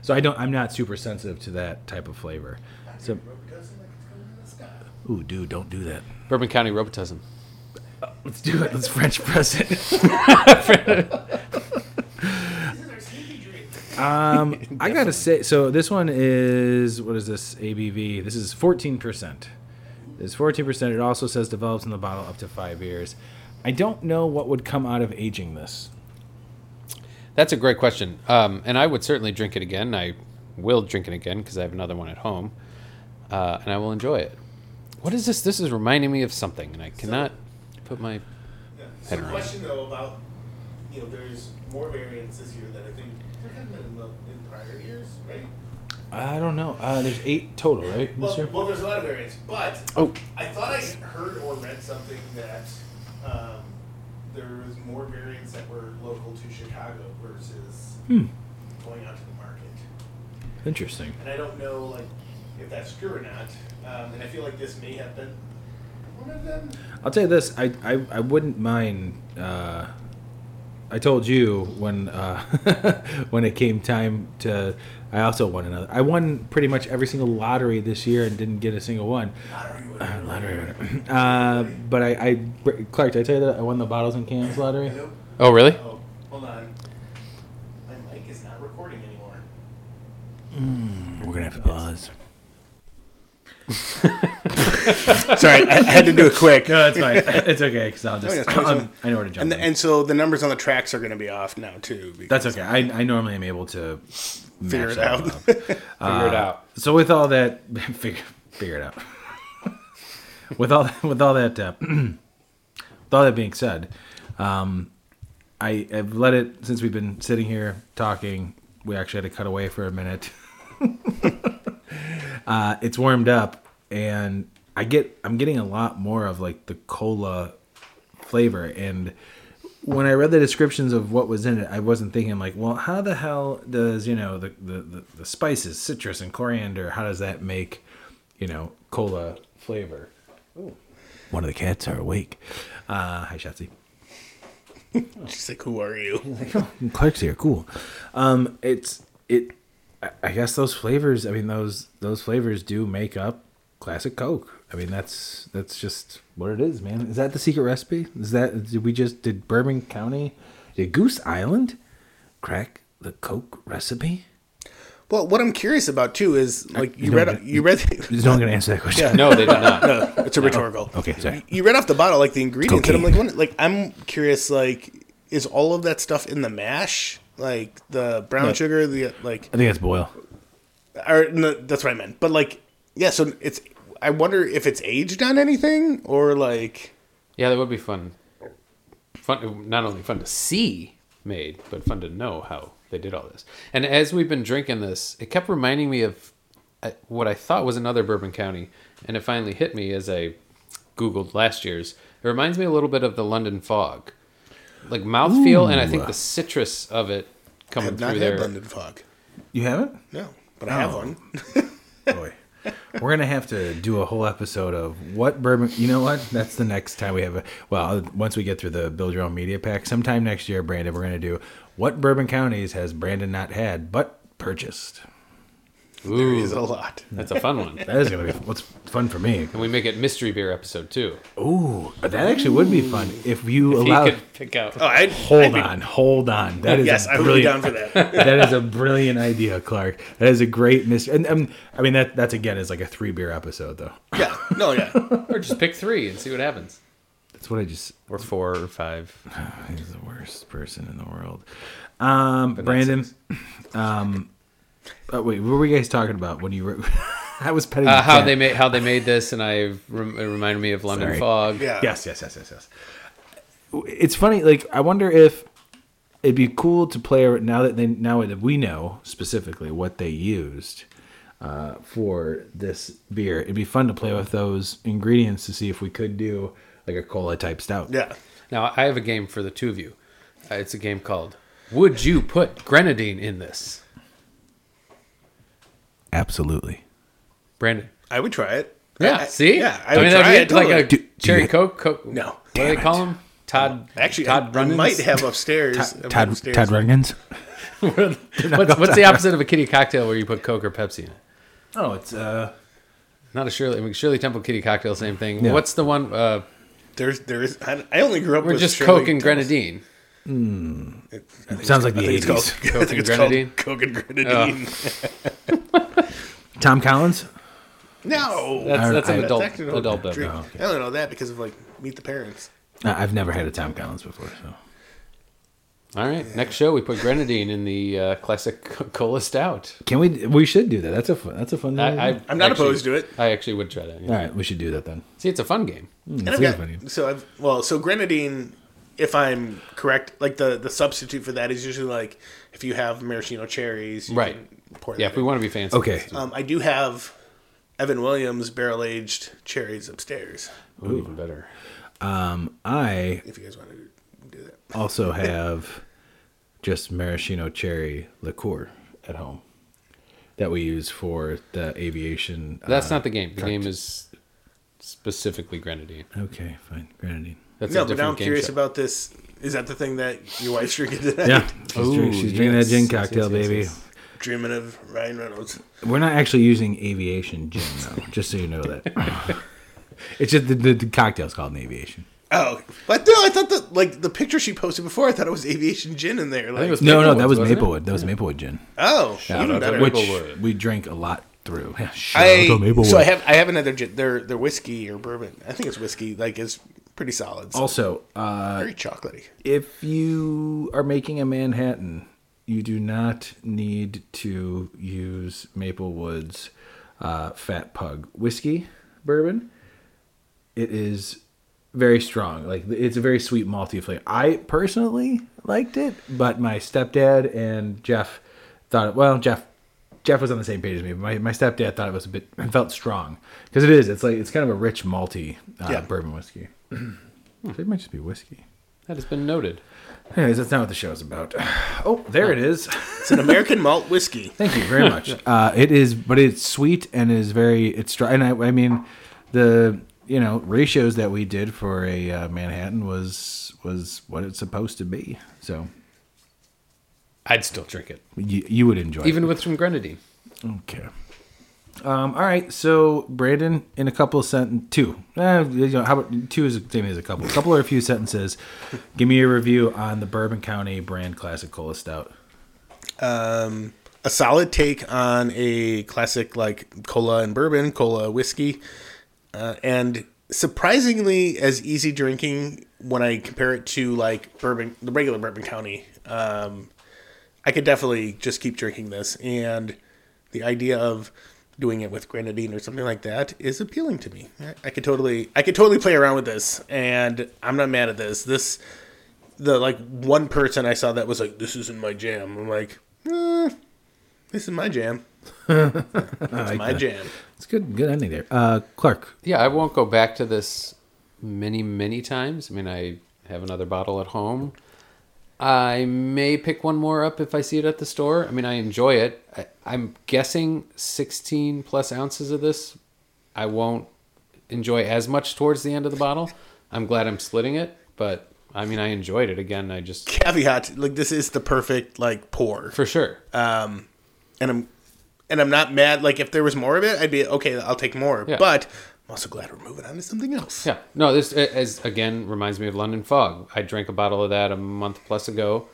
So I don't. I'm not super sensitive to that type of flavor. So. Ooh, dude, don't do that.
Bourbon County Robitussin.
Let's do it. Let's French press it. um, I gotta say, so this one is what is this ABV? This is fourteen percent. It's fourteen percent. It also says develops in the bottle up to five years. I don't know what would come out of aging this.
That's a great question. Um, and I would certainly drink it again. I will drink it again because I have another one at home. Uh, and I will enjoy it. What is this? This is reminding me of something, and I cannot put my.
Yeah.
Head
So
around.
the question though about you know there's more variants this year than I think there have been in, the, in prior years, right?
I don't know. Uh, there's eight total, right? This
Well,
year?
well, there's a lot of variants, but
Oh.
I thought I heard or read something that um, there was more variants that were local to Chicago versus
Hmm.
going out to the market,
Interesting.
and I don't know like if that's true or not. Um, and I feel like this may have been one of them.
I'll tell you this: I I, I wouldn't mind. Uh, I told you when uh, [laughs] when it came time to. I also won another. I won pretty much every single lottery this year and didn't get a single one. Uh, lottery winner. [clears throat] Uh, but I, I Clark, did I tell you that I won the bottles and cans lottery?
Nope.
Oh, really?
Oh, hold on. My mic is not recording anymore.
We're gonna have to pause.
Sorry, I, I had to do it quick.
No, it's fine. [laughs] it's okay because I'll
Oh,
just.
yes, please, um,
I know where to jump.
and, the,
in.
and so the numbers on the tracks are going to be off now too. because-
That's okay. I, I normally am able to
Figure
match
it
that
out.
one up. figure it out. So with all that, [laughs] figure figure it out. [laughs] with all with all that uh, [clears throat] with all that being said, um, I have let it since we've been sitting here talking. We actually had to cut away for a minute. [laughs] uh, it's warmed up, and I get I'm getting a lot more of like the cola flavor and when I read the descriptions of what was in it, I wasn't thinking like, well, how the hell does you know the the, the, the spices, citrus and coriander, how does that make you know cola flavor? One of the cats are awake. Uh, hi, Shatsy.
She's like, who are you? [laughs]
Clark's here. Cool. Um, it's it. I- I guess those flavors. I mean those those flavors do make up classic Coke. I mean that's that's just what it is, man. Is that the secret recipe? Is that did we just did Bourbon County, did Goose Island, crack the Coke recipe?
Well, what I'm curious about too is like you
no
read
one-
you read
There's [laughs] no one gonna answer that
[laughs]
question.
Yeah.
No, they did not.
it's a rhetorical.
Okay, sorry.
You read off the bottle like the ingredients, and I'm like,
Cocaine.
wonder- like I'm curious, like is all of that stuff in the mash? Like the brown sugar, the like
[laughs] I think that's Boyle.
or no, that's what I meant. But like, yeah. So it's. I wonder if it's aged on anything or like.
Yeah, that would be fun. Fun, not only fun to see made, but fun to know how they did all this. And as we've been drinking this, it kept reminding me of uh, what I thought was another Bourbon County, and it finally hit me as I googled last year's. It reminds me a little bit of the London Fog, like mouthfeel, and I think the citrus of it
I
coming
have not
through
had
there.
blended fog.
You haven't?
No, but I
Oh.
have one.
Boy. We're gonna have to do a whole episode of what bourbon. You know what? That's the next time we have a. Well, once we get through the build your own media pack, sometime next year, Brandon, we're gonna do what bourbon counties has Brandon not had but purchased.
There
Ooh,
is a lot.
that's a fun one.
That is gonna be what's fun for me.
And we make it mystery beer episode too.
Ooh, that actually would be fun if you
If
allowed.
you could pick out.
Oh, I
hold on, hold on. That is
Yes,
a
I would be down
brilliant-
for
[laughs]
that.
that is a brilliant idea, Clark. That is a great mystery. And um, I mean, that that's again is like a three beer episode though.
yeah. No.
[laughs]
Yeah.
[laughs] Or just pick three and see what happens.
That's what I just.
Or four or five.
He's the worst person in the world. Um, Brandon, [laughs] um, oh, wait, what were you guys talking about when you were? [laughs] I was petting. the
uh, how
cat.
they made how they made this, and I rem- it reminded me of London
Sorry.
Fog.
Yeah.
Yes, yes, yes, yes, yes. It's funny. Like I wonder if it'd be cool to play ar- now that they now that we know specifically what they used uh, for this beer. It'd be fun to play with those ingredients to see if we could do like a cola type stout.
Yeah.
Now I have a game for the two of you. Uh, it's a game called "Would you put grenadine in this?"
absolutely.
Brandon.
I would try it.
Yeah.
I- I-
see.
Yeah.
I, mean, that'd be
totally.
like a
Do- do
cherry
you-
coke. coke
No.
What do they call him? Todd.
Actually,
Todd
I, I
Rundgren's?
might
[laughs]
have upstairs. I might
Todd
upstairs.
Todd Rundgren's.
[laughs] What's, what's the opposite of a kitty cocktail where you put Coke or Pepsi in it?
Oh, it's uh,
Not a Shirley. I mean, Shirley Temple kitty cocktail, same thing.
Yeah.
What's the one? Uh,
There's there is. I, I only grew up.
We're
with
just
Shirley
Coke and
Temple.
grenadine.
Sounds like the
It's called- [laughs]
eighties.
I
Coke
think
and
it's called
grenadine? Oh.
Coke and grenadine.
Tom Collins.
No,
That's, that's an
I-
adult
that's actually
adult beverage.
drink. I don't know that because of like Meet the Parents.
Uh, I've never had a Tom Collins before, so
All right, next show we put grenadine in the uh, classic [laughs] co- cola stout.
can we? We should do that. That's a fun, that's a fun.
I, I,
I'm not
actually-
opposed to it.
I actually would try that. yeah.
All right, we should do that then.
See, it's a fun game.
And I've
Very
got-
funny.
so I've well, so grenadine, if I'm correct, like the the substitute for that is usually like if you have maraschino cherries, you
Right.
can Pour
Yeah,
that
if we
in.
want to be fancy.
Okay,
Um, I do have Evan Williams barrel aged cherries upstairs.
Ooh, even better.
I
If you guys want to do that,
also have just maraschino cherry liqueur at home that we use for the aviation. uh,
That's not the game. The game is specifically grenadine.
okay. Fine, grenadine.
That's
no,
a
but
different
now I'm
game
curious
show.
about this. Is that the thing that your wife's drinking tonight?
Yeah, she's, drink-
Ooh,
she's drinking that
yes,
gin
yes,
cocktail,
yes, yes,
baby.
yes.
Dreaming of Ryan Reynolds.
We're not actually using aviation gin
[laughs]
though, just so you know that. it's just the, the, the cocktail's called an aviation.
Oh, but no, I thought that like the picture she posted before, I thought it was aviation gin in there.
I think it
Like,
was
No, no,
Maplewood's,
that was
wasn't it?
Maplewood. That was Maplewood gin,
oh,
Shout
even
out to
better.
which
Maplewood.
we drink a lot through. Yeah, shout out
I
to Maplewood.
so I have I have another gin. Their their whiskey or bourbon. I think it's whiskey. Like it's pretty solid. So
also, uh,
Oh.
very chocolatey.
if you are making a Manhattan, you do not need to use Maplewood's uh, Fat Pug whiskey bourbon. It is very strong. Like it's a very sweet malty flavor. I personally liked it, but my stepdad and Jeff thought it. Well, Jeff. Jeff was on the same page as me. but My, my stepdad thought it was a bit, it felt strong because it is. It's like it's kind of a rich malty uh,
Yeah.
bourbon whiskey. [clears throat] It might just be whiskey.
That has been noted.
Anyways, that's not what the show's about. [sighs] Oh, there it is. [laughs]
It's an American malt whiskey.
Thank you very much. [laughs] Uh, it is, but it's sweet and is very. It's dry, and I, I mean, the you know ratios that we did for a uh, Manhattan was was what it's supposed to be. So
I'd still drink it,
you, you would enjoy
even with some grenadine.
it. okay. Um, all right, so Brandon, in a couple of sentences, two. Eh, you know, how about two is the same as a couple, a couple or a few sentences. Give me a review on the Bourbon County Brand Classic Cola Stout.
Um, a solid take on a classic like cola and bourbon, cola whiskey, uh, and surprisingly as easy drinking when I compare it to like bourbon, the regular Bourbon County. Um, I could definitely just keep drinking this, and the idea of doing it with grenadine or something like that is appealing to me. I- I could totally, I could totally play around with this, and I'm not mad at this. This, the like one person I saw that was like, "This isn't my jam." I'm like, eh, "This is my jam. It's my jam."
It's good, good ending there. Uh, Clark,
Yeah, I won't go back to this many, many times. I mean, I have another bottle at home. I may pick one more up if I see it at the store. I mean, I enjoy it. I, I'm guessing 16 plus ounces of this, I won't enjoy as much towards the end of the bottle. I'm glad I'm splitting it, but I mean, I enjoyed it again. I just,
Caveat: like this is the perfect like pour,
for sure.
and I'm and I'm not mad. Like if there was more of it, I'd be okay. I'll take more,
Yeah.
but. I'm also glad we're moving on to something else.
Yeah. No, this a- as again reminds me of London Fog. I drank a bottle of that a month plus ago.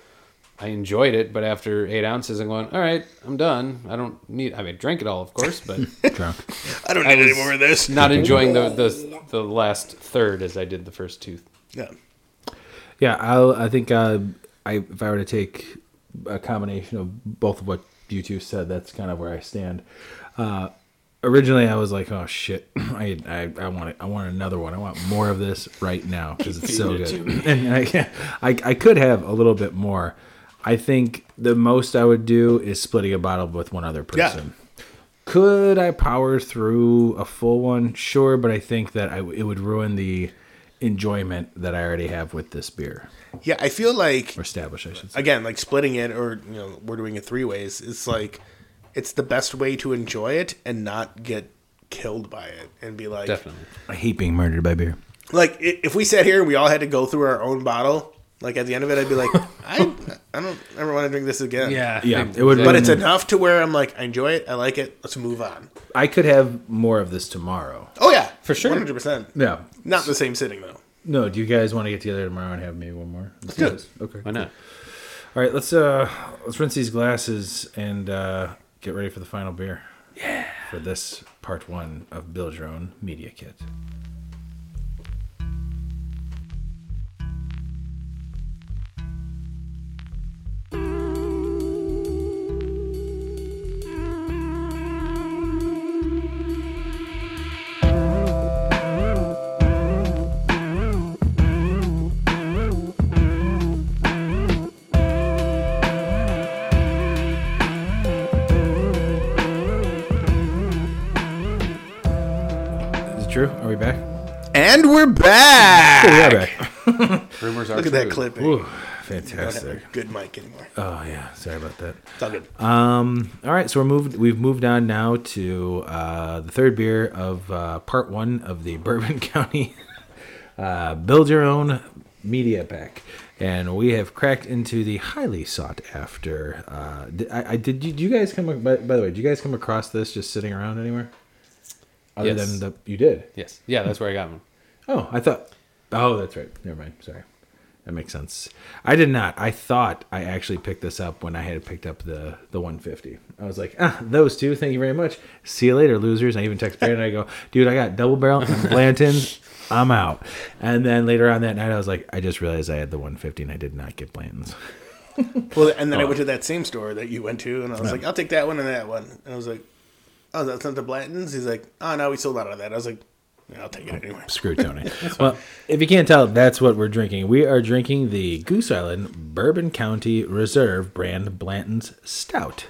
I enjoyed it, but after eight ounces, I'm going. All right, I'm done. I don't need. I mean, drank it all, of course, [laughs] but
drunk.
I don't need any more of this.
not enjoying the, the the last third as I did the first two.
Yeah.
Yeah, I'll, I think uh, I if I were to take a combination of both of what you two said, that's kind of where I stand. Uh, originally, I was like, "Oh shit, [clears throat] I, I, I want it. I want another one. I want more of this right now because it's so good." [laughs] and I, I I could have a little bit more. I think the most I would do is splitting a bottle with one other
Yeah.
person. Could I power through a full one? Sure, but I think that I, it would ruin the enjoyment that I already have with this beer
Yeah, I feel like
or establish, I should say.
again, like splitting it or you know, we're doing it three ways. It's like it's the best way to enjoy it and not get killed by it and be like
Definitely.
I hate being murdered by beer.
like i- if we sat here and we all had to go through our own bottle, like at the end of it I'd be
[laughs]
like, I I don't ever want to drink this again.
Yeah, it would.
But
ruin
it's
the-
enough to where I'm like, I enjoy it, I like it, let's move on.
I could have more of this tomorrow.
Oh yeah.
For sure.
One hundred percent.
Yeah,
Not in the same sitting though.
No, do you guys want to get together tomorrow and have maybe one more? Let's do this. Okay.
Why not?
All right, let's uh let's rinse these glasses and uh get ready for the final beer. Yeah. For this part 1 of Build Your Own Media Kit. Is it true? Are we back?
And we're back.
We are back.
Rumors are
Look at that clip.
Ooh,
I don't have
fantastic.
a good mic anymore.
Oh yeah, sorry about that.
It's all good.
Um, all right, so we're moved. We've moved on now to uh, the third beer of uh, part one of the [laughs] Bourbon County uh, Build Your Own Media Pack, and we have cracked into the highly sought after. Uh, did, I, I did. You, did you guys come? ac- By, by the way, did you guys come across this just sitting around anywhere? Other
Yes.
than the you did.
Yes. Yeah, that's where I got one.
Oh, I thought. Oh, that's right. Never mind. Sorry. That makes sense. I did not. I thought I actually picked this up when I had picked up the the 150. I was like, ah, those two. Thank you very much. See you later, losers. I even text Brandon. I go, dude, I got double barrel and Blanton's. I'm out. And then later on that night, I was like, I just realized I had the 150 and I did not get Blanton's.
Well, and
oh.
then I went to that same store that you went to, and I was like, I'll take that one and that one. And I was like, oh, that's not the Blanton's? He's like, oh, no, we sold out of that. I was like, yeah, I'll take it anyway.
Screw Tony. well, if you can't tell, that's what we're drinking. We are drinking the Goose Island Bourbon County Reserve brand Blanton's Stout.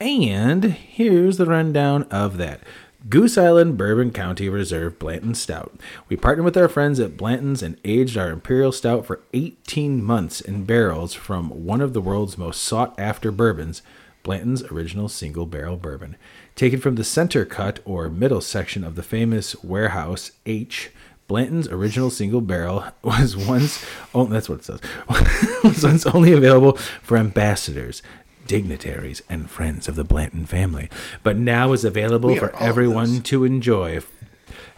And here's the rundown of that. Goose Island Bourbon County Reserve Blanton Stout. We partnered with our friends at Blanton's and aged our Imperial Stout for 18 months in barrels from one of the world's most sought after bourbons, Blanton's original single barrel bourbon. Taken from the center cut or middle section of the famous Warehouse H, Blanton's original single barrel [laughs] was once oh that's what it says [laughs] was once only available for ambassadors, dignitaries, and friends of the Blanton family, but now is available for everyone to enjoy.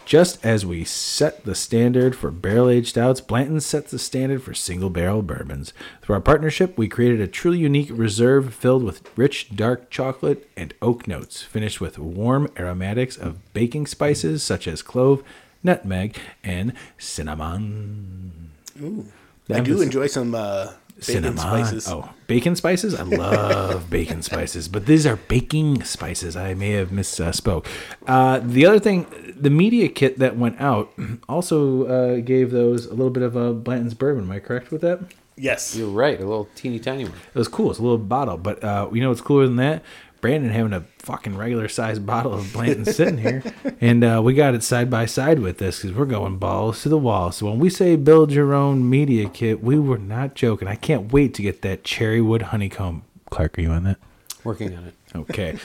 Just as we set the standard for barrel aged stouts, Blanton sets the standard for single barrel bourbons. Through our partnership, we created a truly unique reserve filled with rich dark chocolate and oak notes, finished with warm aromatics of baking spices such as clove, nutmeg, and cinnamon. Ooh,
I do enjoy some uh, bacon spices.
Oh, bacon spices? I love bacon [laughs] spices, but these are baking spices. I may have misspoke. Uh, the other thing, the media kit that went out [clears throat] also uh, gave those a little bit of a Blanton's bourbon. Am I correct with that?
Yes.
You're right. A little teeny tiny one.
It was cool. It's a little bottle, but uh, you know what's cooler than that? Brandon having a fucking regular sized bottle of Blanton sitting
[laughs]
here, and uh, we got it side by side with this because we're going balls to the wall. So when we say build your own media kit, we were not joking. I can't wait to get that cherry wood honeycomb. Clark, are you on that?
Working on it.
Okay.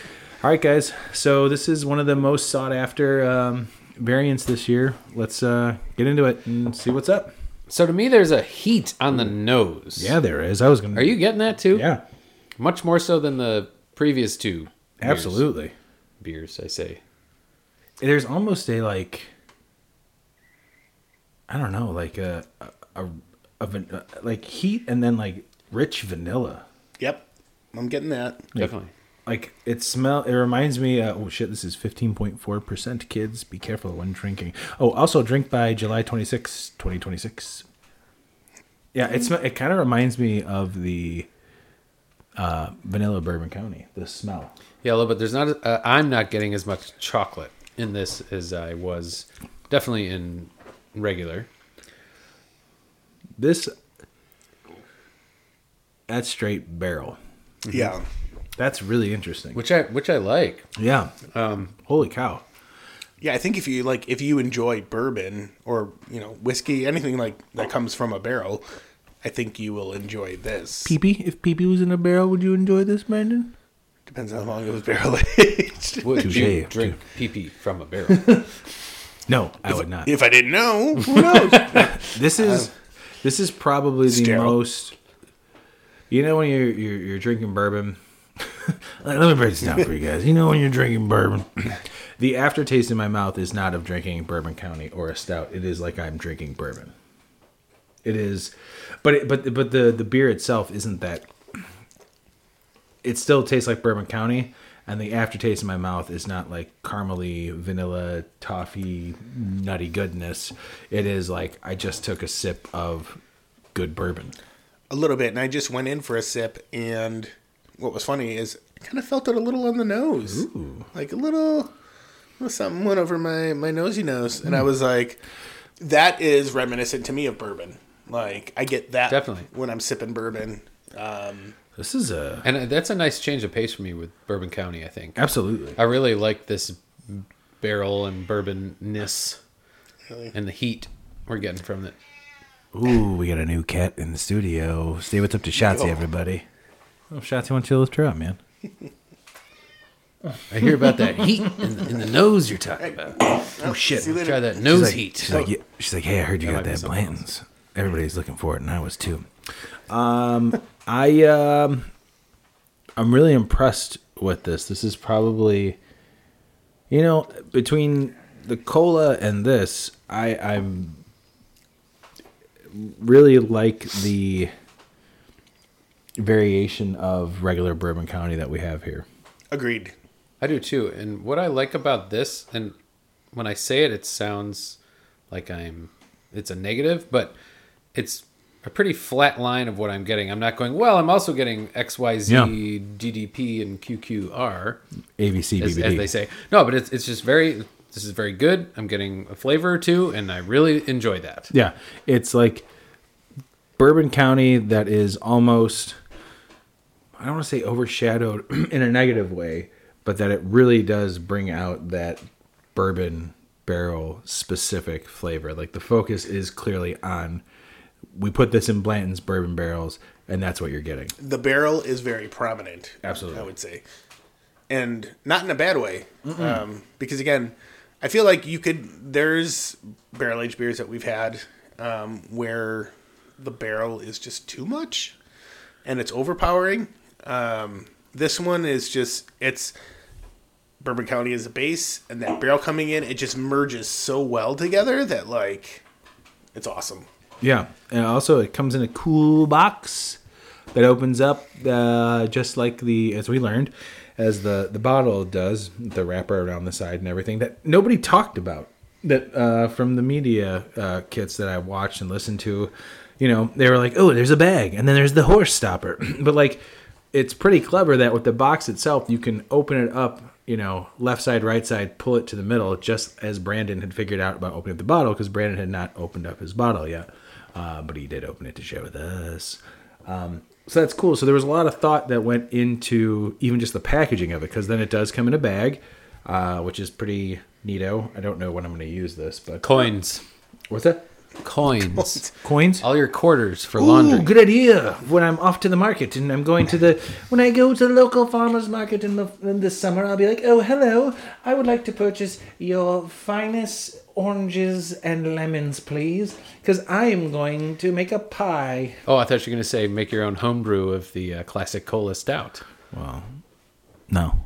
All right, guys. So this is one of the most sought after um, variants this year. Let's uh, get into it and see what's up.
So to me, there's a heat on the nose.
Yeah, there is. I was gonna.
Are you getting that too?
Yeah,
Much more so than the previous two.
absolutely.
Beers, beers I say.
there's almost a like i don't know like a a, a, a van- like heat and then like rich vanilla
Yep. I'm getting that.
Definitely.
like it smell it reminds me uh, oh shit this is 15.4% kids be careful when drinking oh also drink by july 26 2026 yeah it's it kind of reminds me of the uh, vanilla bourbon county the smell
Yeah, a little bit. There's not. Uh, I'm not getting as much chocolate in this as I was definitely in regular.
this that's straight barrel Mm-hmm.
Yeah.
that's really interesting
which I which I like.
Yeah.
um,
Holy cow.
Yeah, I think if you like, if you enjoy bourbon or you know whiskey, anything like that comes from a barrel, I think you will enjoy this.
Peepee, if Peepee was in a barrel, would you enjoy this, Brandon?
Depends on how long it
[laughs]
was barrel aged.
Would you
Touche.
drink pee pee from a barrel? [laughs]
No, I would not.
if I didn't know, who knows?
This is this is probably the
sterile.
most. You know when you're you're, you're drinking bourbon. [laughs] Let let me break this down for you guys. You know when you're drinking bourbon, the aftertaste in my mouth is not of drinking bourbon county or a stout. It is like I'm drinking bourbon. It is, but it, but but the the beer itself isn't that. It still tastes like Bourbon County, and the aftertaste in my mouth is not like caramely, vanilla, toffee, nutty goodness. It is like I just took a sip of good bourbon.
a little bit, and I just went in for a sip. And what was funny is I kind of felt it a little on the nose, like a little, little something went over my my nosy nose, and I was like, that is reminiscent to me of bourbon. Like I get that
Definitely.
when I'm sipping bourbon.
This is a
And uh, that's a nice change of pace for me with Bourbon County, I think.
absolutely.
I really like this barrel and bourbonness
Really?
and the heat we're getting from it.
Ooh, we got a new cat in the studio. Stay what's up to Shotzi, everybody. Oh, Shotzi, why don't you lift her up, man?
I hear about that heat in the, in the nose you're talking about.
Oh shit!
See you later.
Try that nose
She's like-
heat.
She's like, yeah, she's like, hey, I heard you got
might be
that
something
Blanton's. Everybody's looking for it, and I was too. Um, I um, I'm really impressed with this. This is probably, you know, between the cola and this, I I'm really like the variation of regular Bourbon County that we have here.
Agreed.
I do too. And what I like about this, and when I say it, it sounds like I'm, it's a negative, but it's a pretty flat line of what I'm getting. I'm not going, well, I'm also getting XYZ,
Yeah.
DDP, and QQR,
ABC
as, as
BBD.
they say. No, but it's, it's just very, this is very good. I'm getting a flavor or two, and I really enjoy that.
Yeah, it's like Bourbon County that is almost I don't want to say overshadowed [clears throat] in a negative way, but that it really does bring out that bourbon barrel specific flavor. Like the focus is clearly on we put this in Blanton's bourbon barrels and that's what you're getting.
The barrel is very prominent.
Absolutely.
I would say, and not in a bad way, um, because again, I feel like you could. There's barrel aged beers that we've had um, where the barrel is just too much, and it's overpowering. Um, this one is just it's Bourbon County is a base, and that barrel coming in, it just merges so well together that like it's awesome.
Yeah, and also it comes in a cool box that opens up uh, just like the as we learned as the the bottle does the wrapper around the side and everything that nobody talked about that uh, from the media uh, kits that I watched and listened to. You know, they were like, "Oh, there's a bag, and then there's the horse stopper," [clears throat] but like. It's pretty clever that with the box itself, you can open it up, you know, left side, right side, pull it to the middle, just as Brandon had figured out about opening up the bottle, because Brandon had not opened up his bottle yet uh, but he did open it to share with us. Um, so that's cool. So there was a lot of thought that went into even just the packaging of it, because then it does come in a bag, uh, which is pretty neato. I don't know when I'm going to use this, but
Coins.
what's that?
Coins.
Coins.
All your quarters for laundry.
Ooh, good idea. When I'm off to the market and I'm going to the when I go to the local farmers market in the in the summer, I'll be like, "Oh, hello. I would like to purchase your finest oranges and lemons, please, because I am going to make a pie."
Oh, I thought you were going to say make your own homebrew of the uh, classic cola stout. [laughs]
No.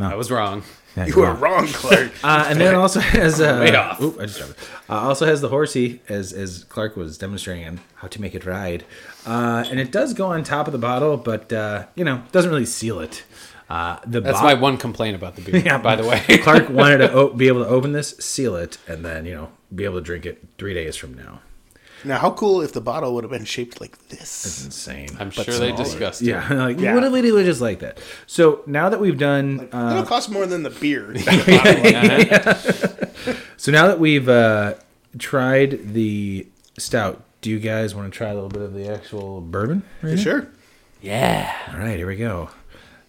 I was wrong.
You are wrong, Clark.
Uh, and then also has uh,
Way off.
oop, I just dropped it. Uh, also has the horsey as as Clark was demonstrating on how to make it ride, uh, and it does go on top of the bottle, but uh, you know doesn't really seal it. Uh, the
That's
bo-
my one complaint about
[laughs]
the beer, by the way. [laughs]
Clark wanted to o- be able to open this, seal it, and then you know be able to drink it three days from now.
now, how cool if the bottle would have been shaped like this?
Insane.
I'm sure they discussed it.
yeah, [laughs] like, What if we do it just like that? So now that we've done uh,
It'll cost more than the
[laughs]
beer. [laughs]
So now that we've uh, tried the stout, do you guys want to try a little bit of the actual bourbon? right now?
sure.
All right, here we go.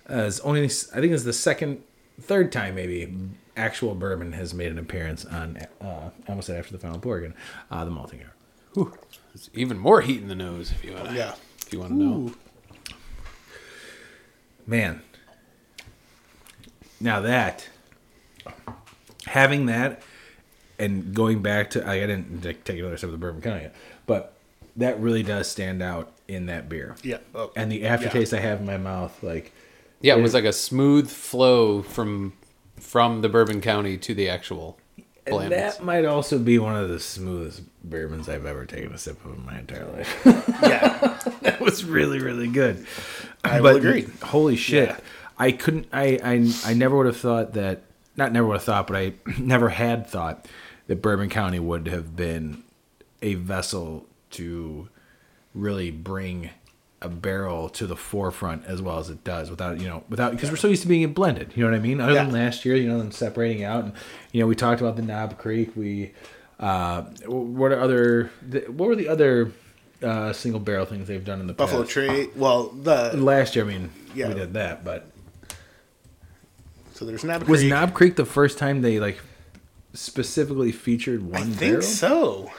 Uh, it's only I think it's the second, third time maybe actual bourbon has made an appearance on. Uh, I almost said after the final pour again, uh, the malting hour.
It's even more heat in the nose if you want to.
Yeah.
If you want to know.
Man, now that having that and going back to I didn't like, take another sip of the bourbon kind of yet, but that really does stand out in that beer.
Yeah. Oh,
and the aftertaste I have in my mouth, like
Yeah, it was like a smooth flow from from the Bourbon County to the actual
And
Blandings.
that might also be one of the smoothest bourbons I've ever taken a sip of in my entire life.
Yeah.
that was really, really good. I
will agree.
Holy shit! I couldn't. I, I I never would have thought that. Not never would have thought, but I [clears throat] never had thought that Bourbon County would have been a vessel to really bring a barrel to the forefront as well as it does without you know without because we're so used to being blended you know what i mean other than last year you know them separating out and you know we talked about the knob creek we uh what are other the, what were the other uh single barrel things they've done in the
[laughs] Buffalo
past?
Tree. Well, the
last year i mean
Yeah.
we did that but
so there's Knob
was
Creek.
knob creek the first time they like specifically featured one
I think
barrel
so.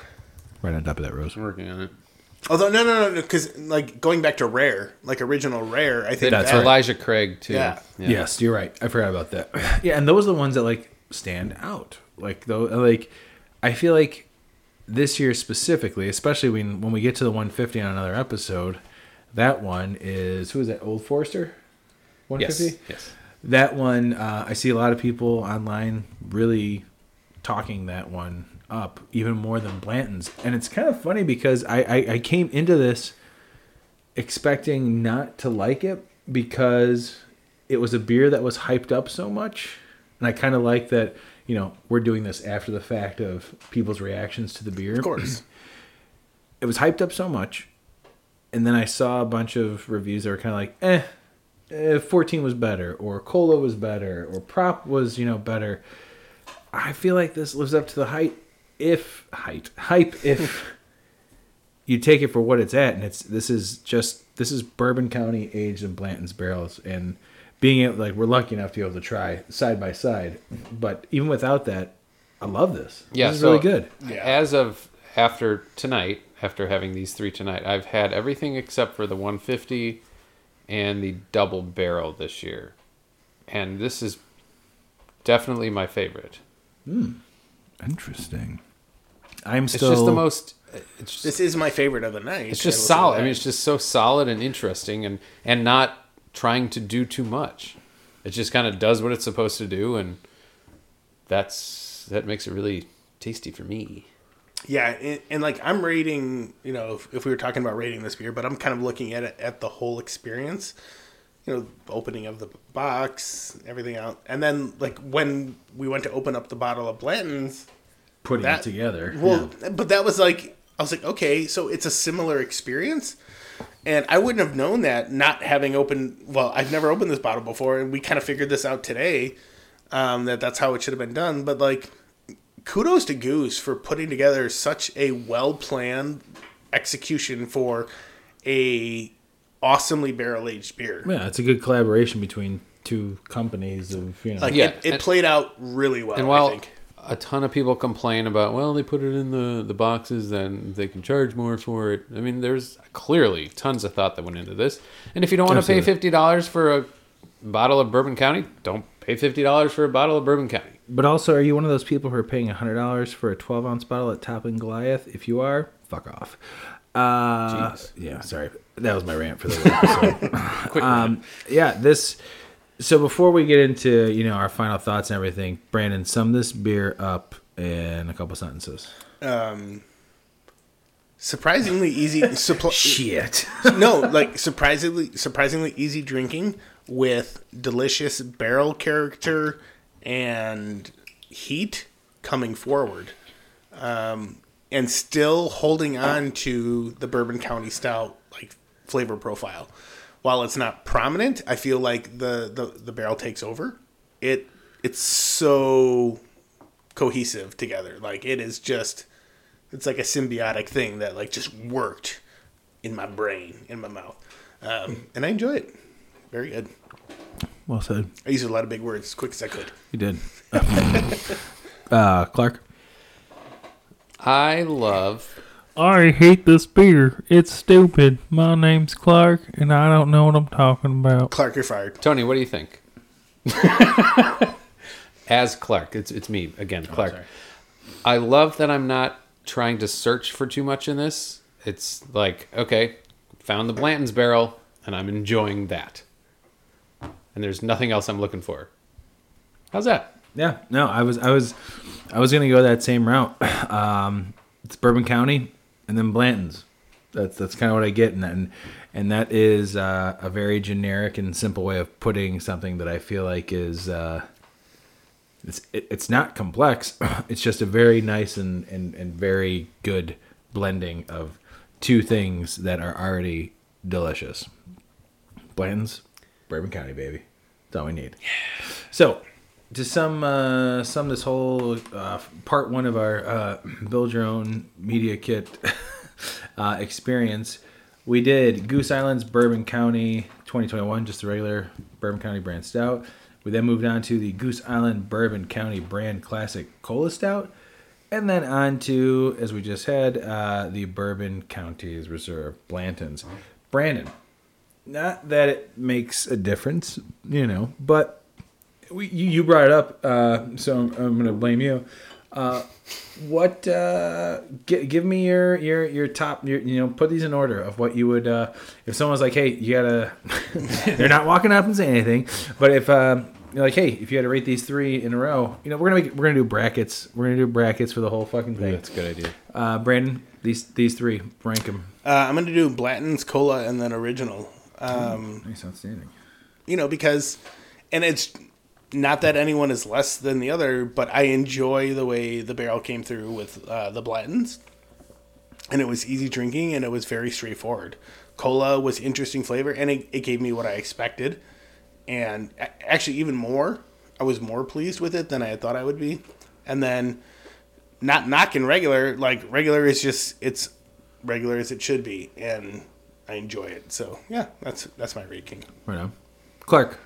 right on top of that rose
I'm working on it.
Although no, no, no, no, because like going back to Rare, like original Rare, I think
That's
that,
Elijah Craig too.
Yeah.
Yes, you're right. I forgot about that. [clears throat] yeah, and those are the ones that like stand out. Like though, like I feel like this year specifically, especially when when we get to the 150 on another episode, that one is who is that? Old Forester.
Yes.
150.
Yes.
That one, uh, I see a lot of people online really talking that one up even more than Blanton's, and it's kind of funny because I I, I came into this expecting not to like it because it was a beer that was hyped up so much. And I kind of like that, you know, we're doing this after the fact of people's reactions to the beer. Of
course.
it was hyped up so much. And then I saw a bunch of reviews that were kind of like, eh, eh, 14 was better, or Cola was better, or Prop was, you know, better. I feel like this lives up to the height if height hype if [laughs] you take it for what it's at and it's this is just this is Bourbon County aged in Blanton's barrels and being able like we're lucky enough to be able to try side by side but even without that I love this.
Yeah,
this is
so
really good.
As of after tonight, after having these three tonight, I've had everything except for the 150 and the double barrel this year, and this is definitely my favorite.
Interesting. I'm
It's
still
just the most. It's just,
this is my favorite of the night.
it's just
I will say
solid. I
that.
mean, it's just so solid and interesting, and and not trying to do too much. It just kind of does what it's supposed to do, and that's that makes it really tasty for me.
Yeah, and, and like I'm rating, you know, if, if we were talking about rating this beer, but I'm kind of looking at it at the whole experience, you know, opening of the box, everything out, and then like when we went to open up the bottle of Blanton's,
putting
that-
it together.
well, but that was like I was like, okay, so it's a similar experience, and I wouldn't have known that not having opened. Well, I've never opened this bottle before, and we kind of figured this out today um, that that's how it should have been done. But like, kudos to Goose for putting together such a well planned execution for a awesomely barrel aged beer.
yeah, it's a good collaboration between two companies of, you know.
Like
Yeah,
it, it
and-
played out really well.
And while
I think.
a ton of people complain about, well, they put it in the, the boxes, then they can charge more for it. I mean, there's clearly tons of thought that went into this. And if you don't want to pay fifty dollars for a bottle of Bourbon County, don't pay fifty dollars for a bottle of Bourbon County.
But also, are you one of those people who are paying hundred dollars for a twelve ounce bottle at Top and Goliath? If you are, fuck off. Uh, yeah, sorry, that was my rant for the week. [laughs]
Quick,
um, yeah, this. So before we get into you know our final thoughts and everything, Brandon, sum this beer up in a couple sentences.
Surprisingly easy.
[laughs]
Suppl-
Shit.
no, like surprisingly surprisingly easy drinking with delicious barrel character and heat coming forward. Um, and still holding on to the Bourbon County Stout like flavor profile. While it's not prominent, I feel like the the, the barrel takes over. It it's so cohesive together. Like it is just it's like a symbiotic thing that like just worked in my brain, in my mouth. Um, and I enjoy it. Very good.
well said.
I used a lot of big words as quick as I could.
You did. [laughs] uh, Clark.
I love
I hate this beer. It's stupid. My name's Clark, and I don't know what I'm talking about.
Clark, you're fired.
Tony. What do you think? [laughs] As Clark, it's it's me again, Clark. I love that I'm not trying to search for too much in this. It's like, okay, found the Blanton's barrel, and I'm enjoying that. And there's nothing else I'm looking for. How's that?
Yeah, no, I was, I was, I was gonna go that same route. [clears throat] Um, it's Bourbon County and then Blanton's. That's that's kind of what I get, and and and that is uh, a very generic and simple way of putting something that I feel like is uh, it's it, it's not complex. [clears throat] It's just a very nice and and and very good blending of two things that are already delicious. Blanton's, Bourbon County, baby. That's all we need. So, to sum uh, sum this whole uh, part one of our uh, [clears throat] build your own media kit [laughs] uh, experience, we did Goose Island's Bourbon County 2021, just the regular Bourbon County brand stout. We then moved on to the Goose Island Bourbon County brand classic cola stout. And then on to, as we just had, uh, the Bourbon County's Reserve Blanton's. Brandon, not that it makes a difference, you know, but we, you, you brought it up, uh, so I'm, I'm going to blame you. Uh, what? Uh, gi- give me your your your top. Your, you know, put these in order of what you would. Uh, if someone's like, "Hey, you gotta," [laughs] they're not walking up and saying anything. But if um, you're like, "Hey, if you had to rate these three in a row," you know, we're gonna make we're gonna do brackets. We're gonna do brackets for the whole fucking thing.
That's a good idea.
Uh, Brandon, these these three, rank them.
Uh, I'm going to do Blanton's Cola and then Original. Um,
Nice, outstanding.
you know, because, and it's not that anyone is less than the other, but I enjoy the way the barrel came through with uh, the Blattons. And it was easy drinking and it was very straightforward. Cola was interesting flavor and it, it gave me what I expected. And a- actually, even more, I was more pleased with it than I had thought I would be. And then, not knocking regular, like regular is just, it's regular as it should be. And I enjoy it. So, yeah, that's that's my Raid King.
Right on. Clark,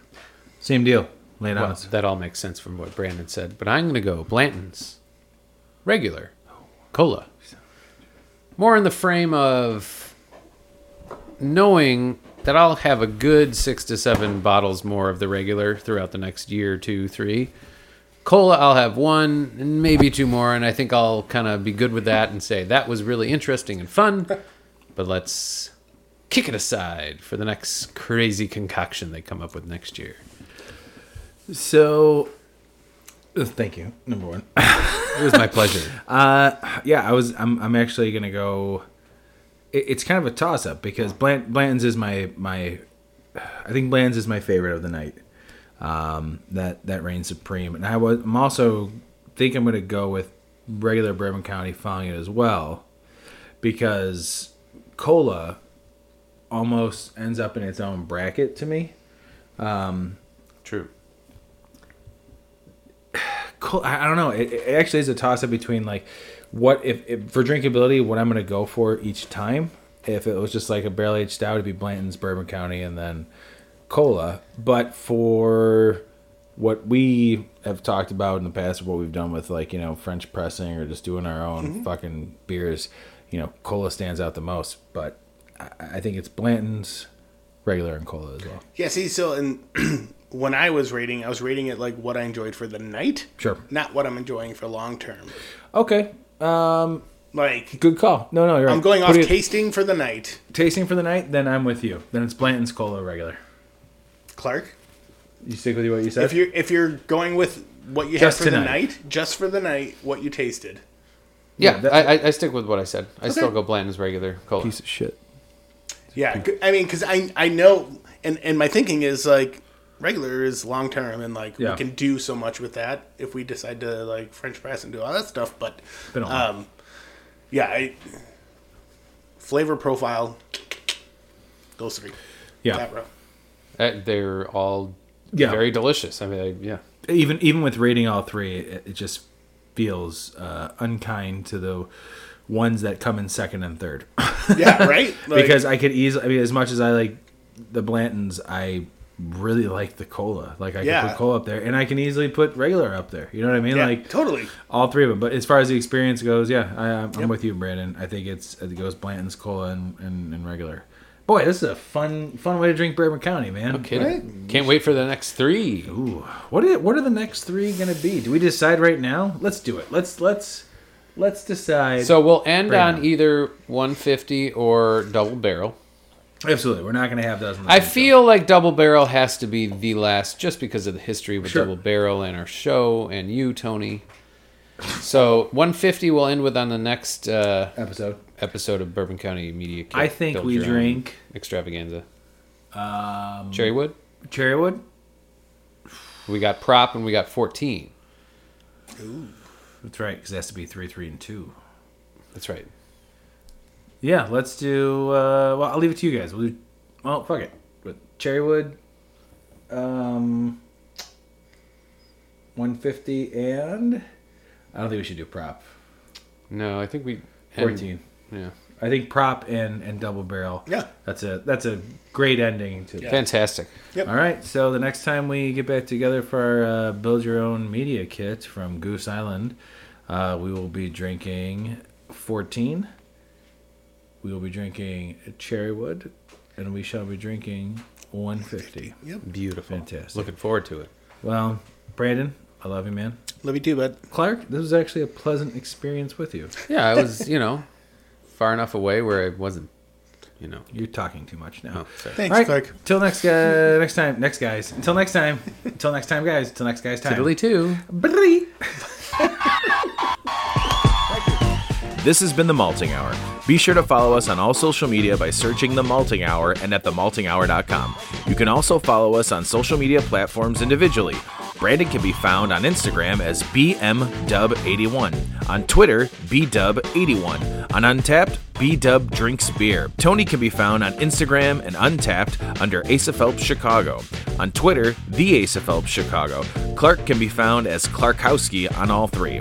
same deal. Lay it on us.
That all makes sense from what Brandon said, but I'm going to go Blanton's regular cola. More in the frame of knowing that I'll have a good six to seven bottles more of the regular throughout the next year, two, three. Cola, I'll have one and maybe two more, and I think I'll kind of be good with that and say that was really interesting and fun, but let's kick it aside for the next crazy concoction they come up with next year.
So, uh, thank you. Number one.
It was my pleasure.
Uh, yeah, I was. I'm. I'm actually gonna go. It, it's kind of a toss up because Blant, Blanton's is my my. I think Blanton's is my favorite of the night. Um, that that reigns supreme, and I was. I'm also think I'm gonna go with regular Bourbon County following it as well, because cola almost ends up in its own bracket to me.
True.
cool. I I don't know. It, it actually is a toss up between like what if, if for drinkability, what I'm gonna go for each time. If it was just like a barrel aged stout, it'd be Blanton's, Bourbon County, and then cola. But for what we have talked about in the past, what we've done with like you know French pressing or just doing our
Mm-hmm.
own fucking beers, you know, cola stands out the most. But I, I think it's Blanton's, regular, and cola as well.
Yeah, see, so and [clears throat] when I was rating, I was rating it like what I enjoyed for the night,
Sure.
not what I'm enjoying for long term.
Okay. Um.
Like
Good call. No, no, you're right.
I'm going
Put
off
it-
tasting for the night.
tasting for the night, then I'm with you. Then it's Blanton's Cola regular.
Clark,
You stick with what you said?
if you're if you're going with what you
Just
had for
tonight.
the night, just for the night, what you tasted.
Yeah,
Yeah, that-
I, I, I stick with what I said. I still go Blanton's regular cola.
Piece of shit.
Yeah, g- I mean, because I I know, and and my thinking is like regular is long term, and like
Yeah.
we can do so much with that if we decide to like French press and do all that stuff. But
Been a while.
um, yeah, I, flavor profile, those three,
Yeah.
that row.
Uh, they're all
Yeah.
very delicious. I mean, I, yeah.
Even even with rating all three, it, it just feels uh, unkind to the ones that come in second and third. [laughs]
Yeah, right. Like,
because I could easily, I mean, as much as I like the Blantons, I really like the cola. Like, I can
Yeah.
put cola up there, and I can easily put regular up there. You know what I mean?
yeah,
like,
totally.
all three of them. But as far as the experience goes, yeah, I, I'm, I'm with you, Brandon. I think it's it goes Blanton's cola and, and, and regular. Boy, this is a fun fun way to drink Bourbon County, man.
Kid, Can't wait for the next three.
Ooh, what are, what are the next three gonna be? Do we decide right now? Let's do it. Let's let's let's decide.
So we'll end
Right
on
on.
either 150 or double barrel.
Absolutely, we're not going to have those. In the
I
show.
feel like Double Barrel has to be the last just because of the history with
Sure.
Double Barrel and our show and you, Tony. So 150 we'll end with on the next uh,
episode.
episode of Bourbon County Media. Kit
I think
Build
we
Your Own
drink
extravaganza. Um, Cherrywood.
cherrywood.
We got prop and we got 14.
That's right, because it has to be three, three, and two.
That's right.
Yeah, let's do. Uh, well, I'll leave it to you guys. We'll do. Well, fuck it. With cherrywood, um, one fifty, and I don't think we should do prop
No, I think we and-
fourteen.
yeah.
I think prop and and double barrel.
Yeah.
that's a that's a great ending to.
Fantastic.
All right, so the next time we get back together for our uh, build your own media kit from Goose Island, uh, we will be drinking fourteen. We will be drinking cherrywood, and we shall be drinking one fifty.
Beautiful.
Fantastic.
Looking forward to it.
Well, Brandon, I love you, man.
Love you too, bud.
Clark, this was actually a pleasant experience with you.
Yeah, I was, you know, far enough away where I wasn't, you know.
You're talking too much now.
Oh, sorry.
Thanks,
All right,
Clark.
Till next guy, next time, next guys. Until next time. Until next time, guys. Until next guys time.
Italy too.
Bye.
This has been The Malting Hour. Be sure to follow us on all social media by searching The Malting Hour and at themaltinghour.com. You can also follow us on social media platforms individually. Brandon can be found on Instagram as BMDub81, on Twitter, BDub81, on Untapped, BDub Drinks Beer. Tony can be found on Instagram and Untapped under Asa Phelps Chicago, on Twitter, The Asa Phelps Chicago. Clark can be found as Clarkowski on all three.